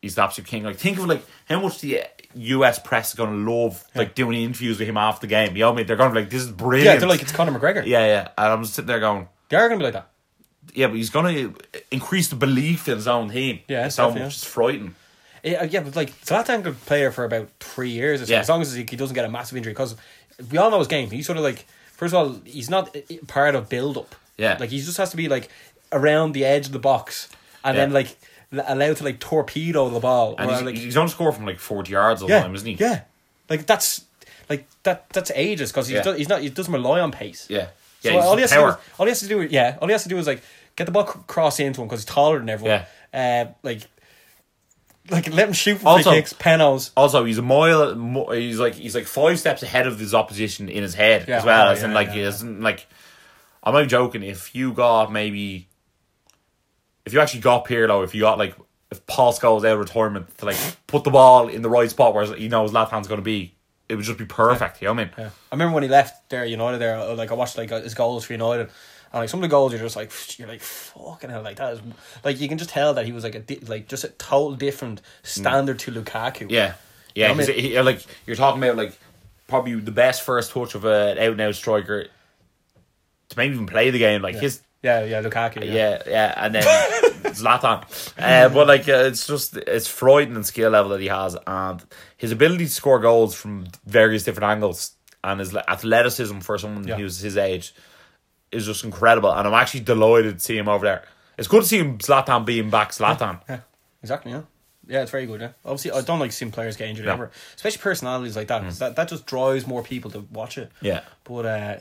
Speaker 1: he's the absolute king like think of like how much the uh, US press is going to love like doing the interviews with him after the game you know what I mean they're going to be like this is brilliant
Speaker 2: Yeah, they're like it's Conor McGregor.
Speaker 1: yeah yeah and I'm sitting there going
Speaker 2: they are gonna be like that.
Speaker 1: yeah, but he's going to increase the belief in his own team.
Speaker 2: Yeah,
Speaker 1: so much
Speaker 2: definitely.
Speaker 1: is frightening.
Speaker 2: Yeah, yeah, but like Zlatan could play her for about three years. Or so,
Speaker 1: Yeah.
Speaker 2: as long as he he doesn't get a massive injury, because we all know his game. He's sort of like first of all, he's not i- i- part of build up.
Speaker 1: Yeah.
Speaker 2: like he just has to be like around the edge of the box, and
Speaker 1: Yeah.
Speaker 2: then like l- allowed to like torpedo the ball.
Speaker 1: And
Speaker 2: or,
Speaker 1: he's,
Speaker 2: like,
Speaker 1: he's going to score from like forty yards all the
Speaker 2: yeah,
Speaker 1: time, isn't he?
Speaker 2: Yeah, like that's like that. That's ages because he's,
Speaker 1: Yeah.
Speaker 2: do- he's not. He doesn't rely on pace.
Speaker 1: yeah, yeah.
Speaker 2: so all he
Speaker 1: he's
Speaker 2: has
Speaker 1: power.
Speaker 2: to do, is- all he has to do, is, yeah, all he has to do is like get the ball c- cross into him because he's taller than everyone. Uh, like, like let him shoot from
Speaker 1: Also-
Speaker 2: free kicks, penalties.
Speaker 1: also, he's a mile. mo- He's like he's like five steps ahead of his opposition in his head
Speaker 2: Yeah.
Speaker 1: as well.
Speaker 2: Oh,
Speaker 1: as in,
Speaker 2: yeah,
Speaker 1: like
Speaker 2: yeah,
Speaker 1: he isn't like. I'm not joking. If you got maybe, if you actually got Pirlo, if you got like if Paul Scholes out of retirement to like put the ball in the right spot where he knows left hand's going to be, it would just be perfect. You know what I mean?
Speaker 2: Yeah. I remember when he left there, United. There, uh, like I watched like uh, his goals for United, and like some of the goals, you're just like, you're like fucking hell, like that is like you can just tell that he was like a di- like just a total different standard to Lukaku.
Speaker 1: Mm. Yeah, yeah.
Speaker 2: I mean-
Speaker 1: 'cause he- he- like you're talking about, like probably the best first touch of an out and out striker to maybe even play the game. Like his,
Speaker 2: yeah, yeah, Lukaku. Yeah,
Speaker 1: yeah, yeah, and then Zlatan. Uh, but like uh, it's just it's frightening skill level that he has, and his ability to score goals from various different angles, and his like, athleticism for someone
Speaker 2: Yeah.
Speaker 1: who's his age is just incredible. And I'm actually delighted to see him over there. It's good to see him Zlatan being back Zlatan.
Speaker 2: exactly. Yeah. Yeah, it's very good. Yeah, obviously, I don't like seeing players get injured
Speaker 1: Yeah.
Speaker 2: ever,
Speaker 1: Mm.
Speaker 2: especially personalities like that. 'cause that that just drives more people to watch it.
Speaker 1: Yeah.
Speaker 2: But uh,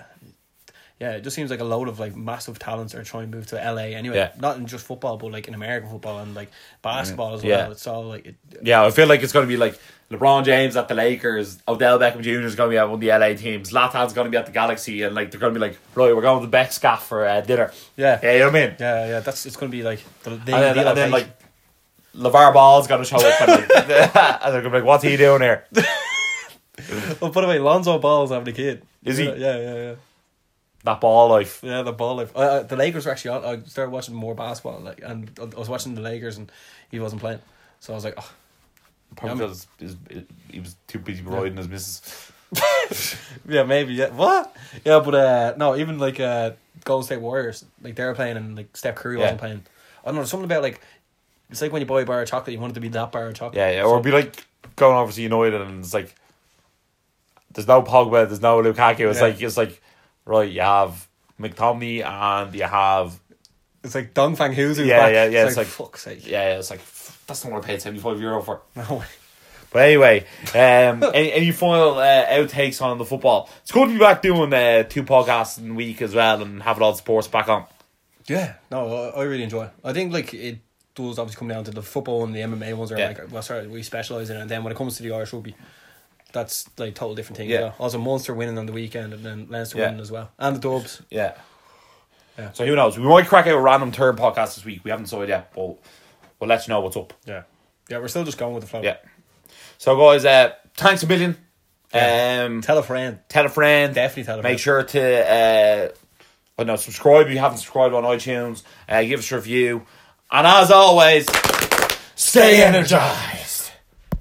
Speaker 2: yeah, it just seems like a load of like massive talents are trying to move to LA anyway.
Speaker 1: Yeah.
Speaker 2: Not in just football, but like in American football and like basketball as well.
Speaker 1: Yeah.
Speaker 2: It's all like it,
Speaker 1: Yeah, I feel like it's going to be like LeBron James at the Lakers, Odell Beckham Jr. is going to be at one of the LA teams, Latan's going to be at the Galaxy, and like they're going to be like, right, we're going to Beckscaf for uh, dinner.
Speaker 2: Yeah.
Speaker 1: yeah, you know what I mean.
Speaker 2: yeah, yeah. That's it's gonna be like the, the,
Speaker 1: and, then,
Speaker 2: the
Speaker 1: and then like
Speaker 2: elevation.
Speaker 1: Levar Ball's going to show up, and, like, and they're going to be like, what's he doing here?
Speaker 2: Oh, by the way, Lonzo Ball's having a kid.
Speaker 1: Is he?
Speaker 2: Yeah, yeah, yeah.
Speaker 1: That ball life.
Speaker 2: Yeah, the ball life. Uh, uh, the Lakers were actually on. I started watching more basketball, like, and I was watching the Lakers, and he wasn't playing, so I was like, oh,
Speaker 1: Probably
Speaker 2: Yeah.
Speaker 1: because his, his- he was too busy riding his missus.
Speaker 2: yeah, maybe, yeah, what? Yeah, but uh, no, even like uh, Golden State Warriors, like they were playing, and like Steph Curry wasn't
Speaker 1: Yeah.
Speaker 2: playing. I don't know, something about like, it's like when you buy a bar of chocolate, you want it to be that bar of chocolate.
Speaker 1: Yeah, yeah. Or it'd be like going over to United and it's like there's no Pogba, there's no Lukaku. It's
Speaker 2: Yeah.
Speaker 1: like it's like right, you have McTomney and you have
Speaker 2: It's like Dong Fang Hu's.
Speaker 1: Yeah, yeah, yeah,
Speaker 2: It's,
Speaker 1: it's like-
Speaker 2: like, fuck's sake.
Speaker 1: yeah, yeah, it's like "F- that's not what I paid seventy five euro for.
Speaker 2: No way.
Speaker 1: But anyway, um, any, any final uh, outtakes on the football? It's good to be back doing uh, two podcasts in a week as well and having all the sports back on.
Speaker 2: Yeah, no, I I really enjoy it. I think like it does obviously come down to the football and the MMA ones are
Speaker 1: Yeah.
Speaker 2: like well, sorry, we specialize in, it. and then when it comes to the Irish rugby, that's like total different thing.
Speaker 1: Yeah.
Speaker 2: Yeah. Also, Munster winning on the weekend and then Leinster
Speaker 1: Yeah.
Speaker 2: winning as well, and the Dubs.
Speaker 1: Yeah.
Speaker 2: Yeah.
Speaker 1: So who knows? We might crack out a random third podcast this week. We haven't decided yet, but we'll let you know what's up.
Speaker 2: Yeah, yeah, we're still just going with the flow.
Speaker 1: Yeah. So guys, uh, thanks a million. Um,
Speaker 2: tell a friend.
Speaker 1: tell a friend.
Speaker 2: Definitely tell a
Speaker 1: Make
Speaker 2: friend.
Speaker 1: sure to uh, I don't know subscribe if you haven't subscribed on iTunes. Uh, give us a review, and as always, stay energized.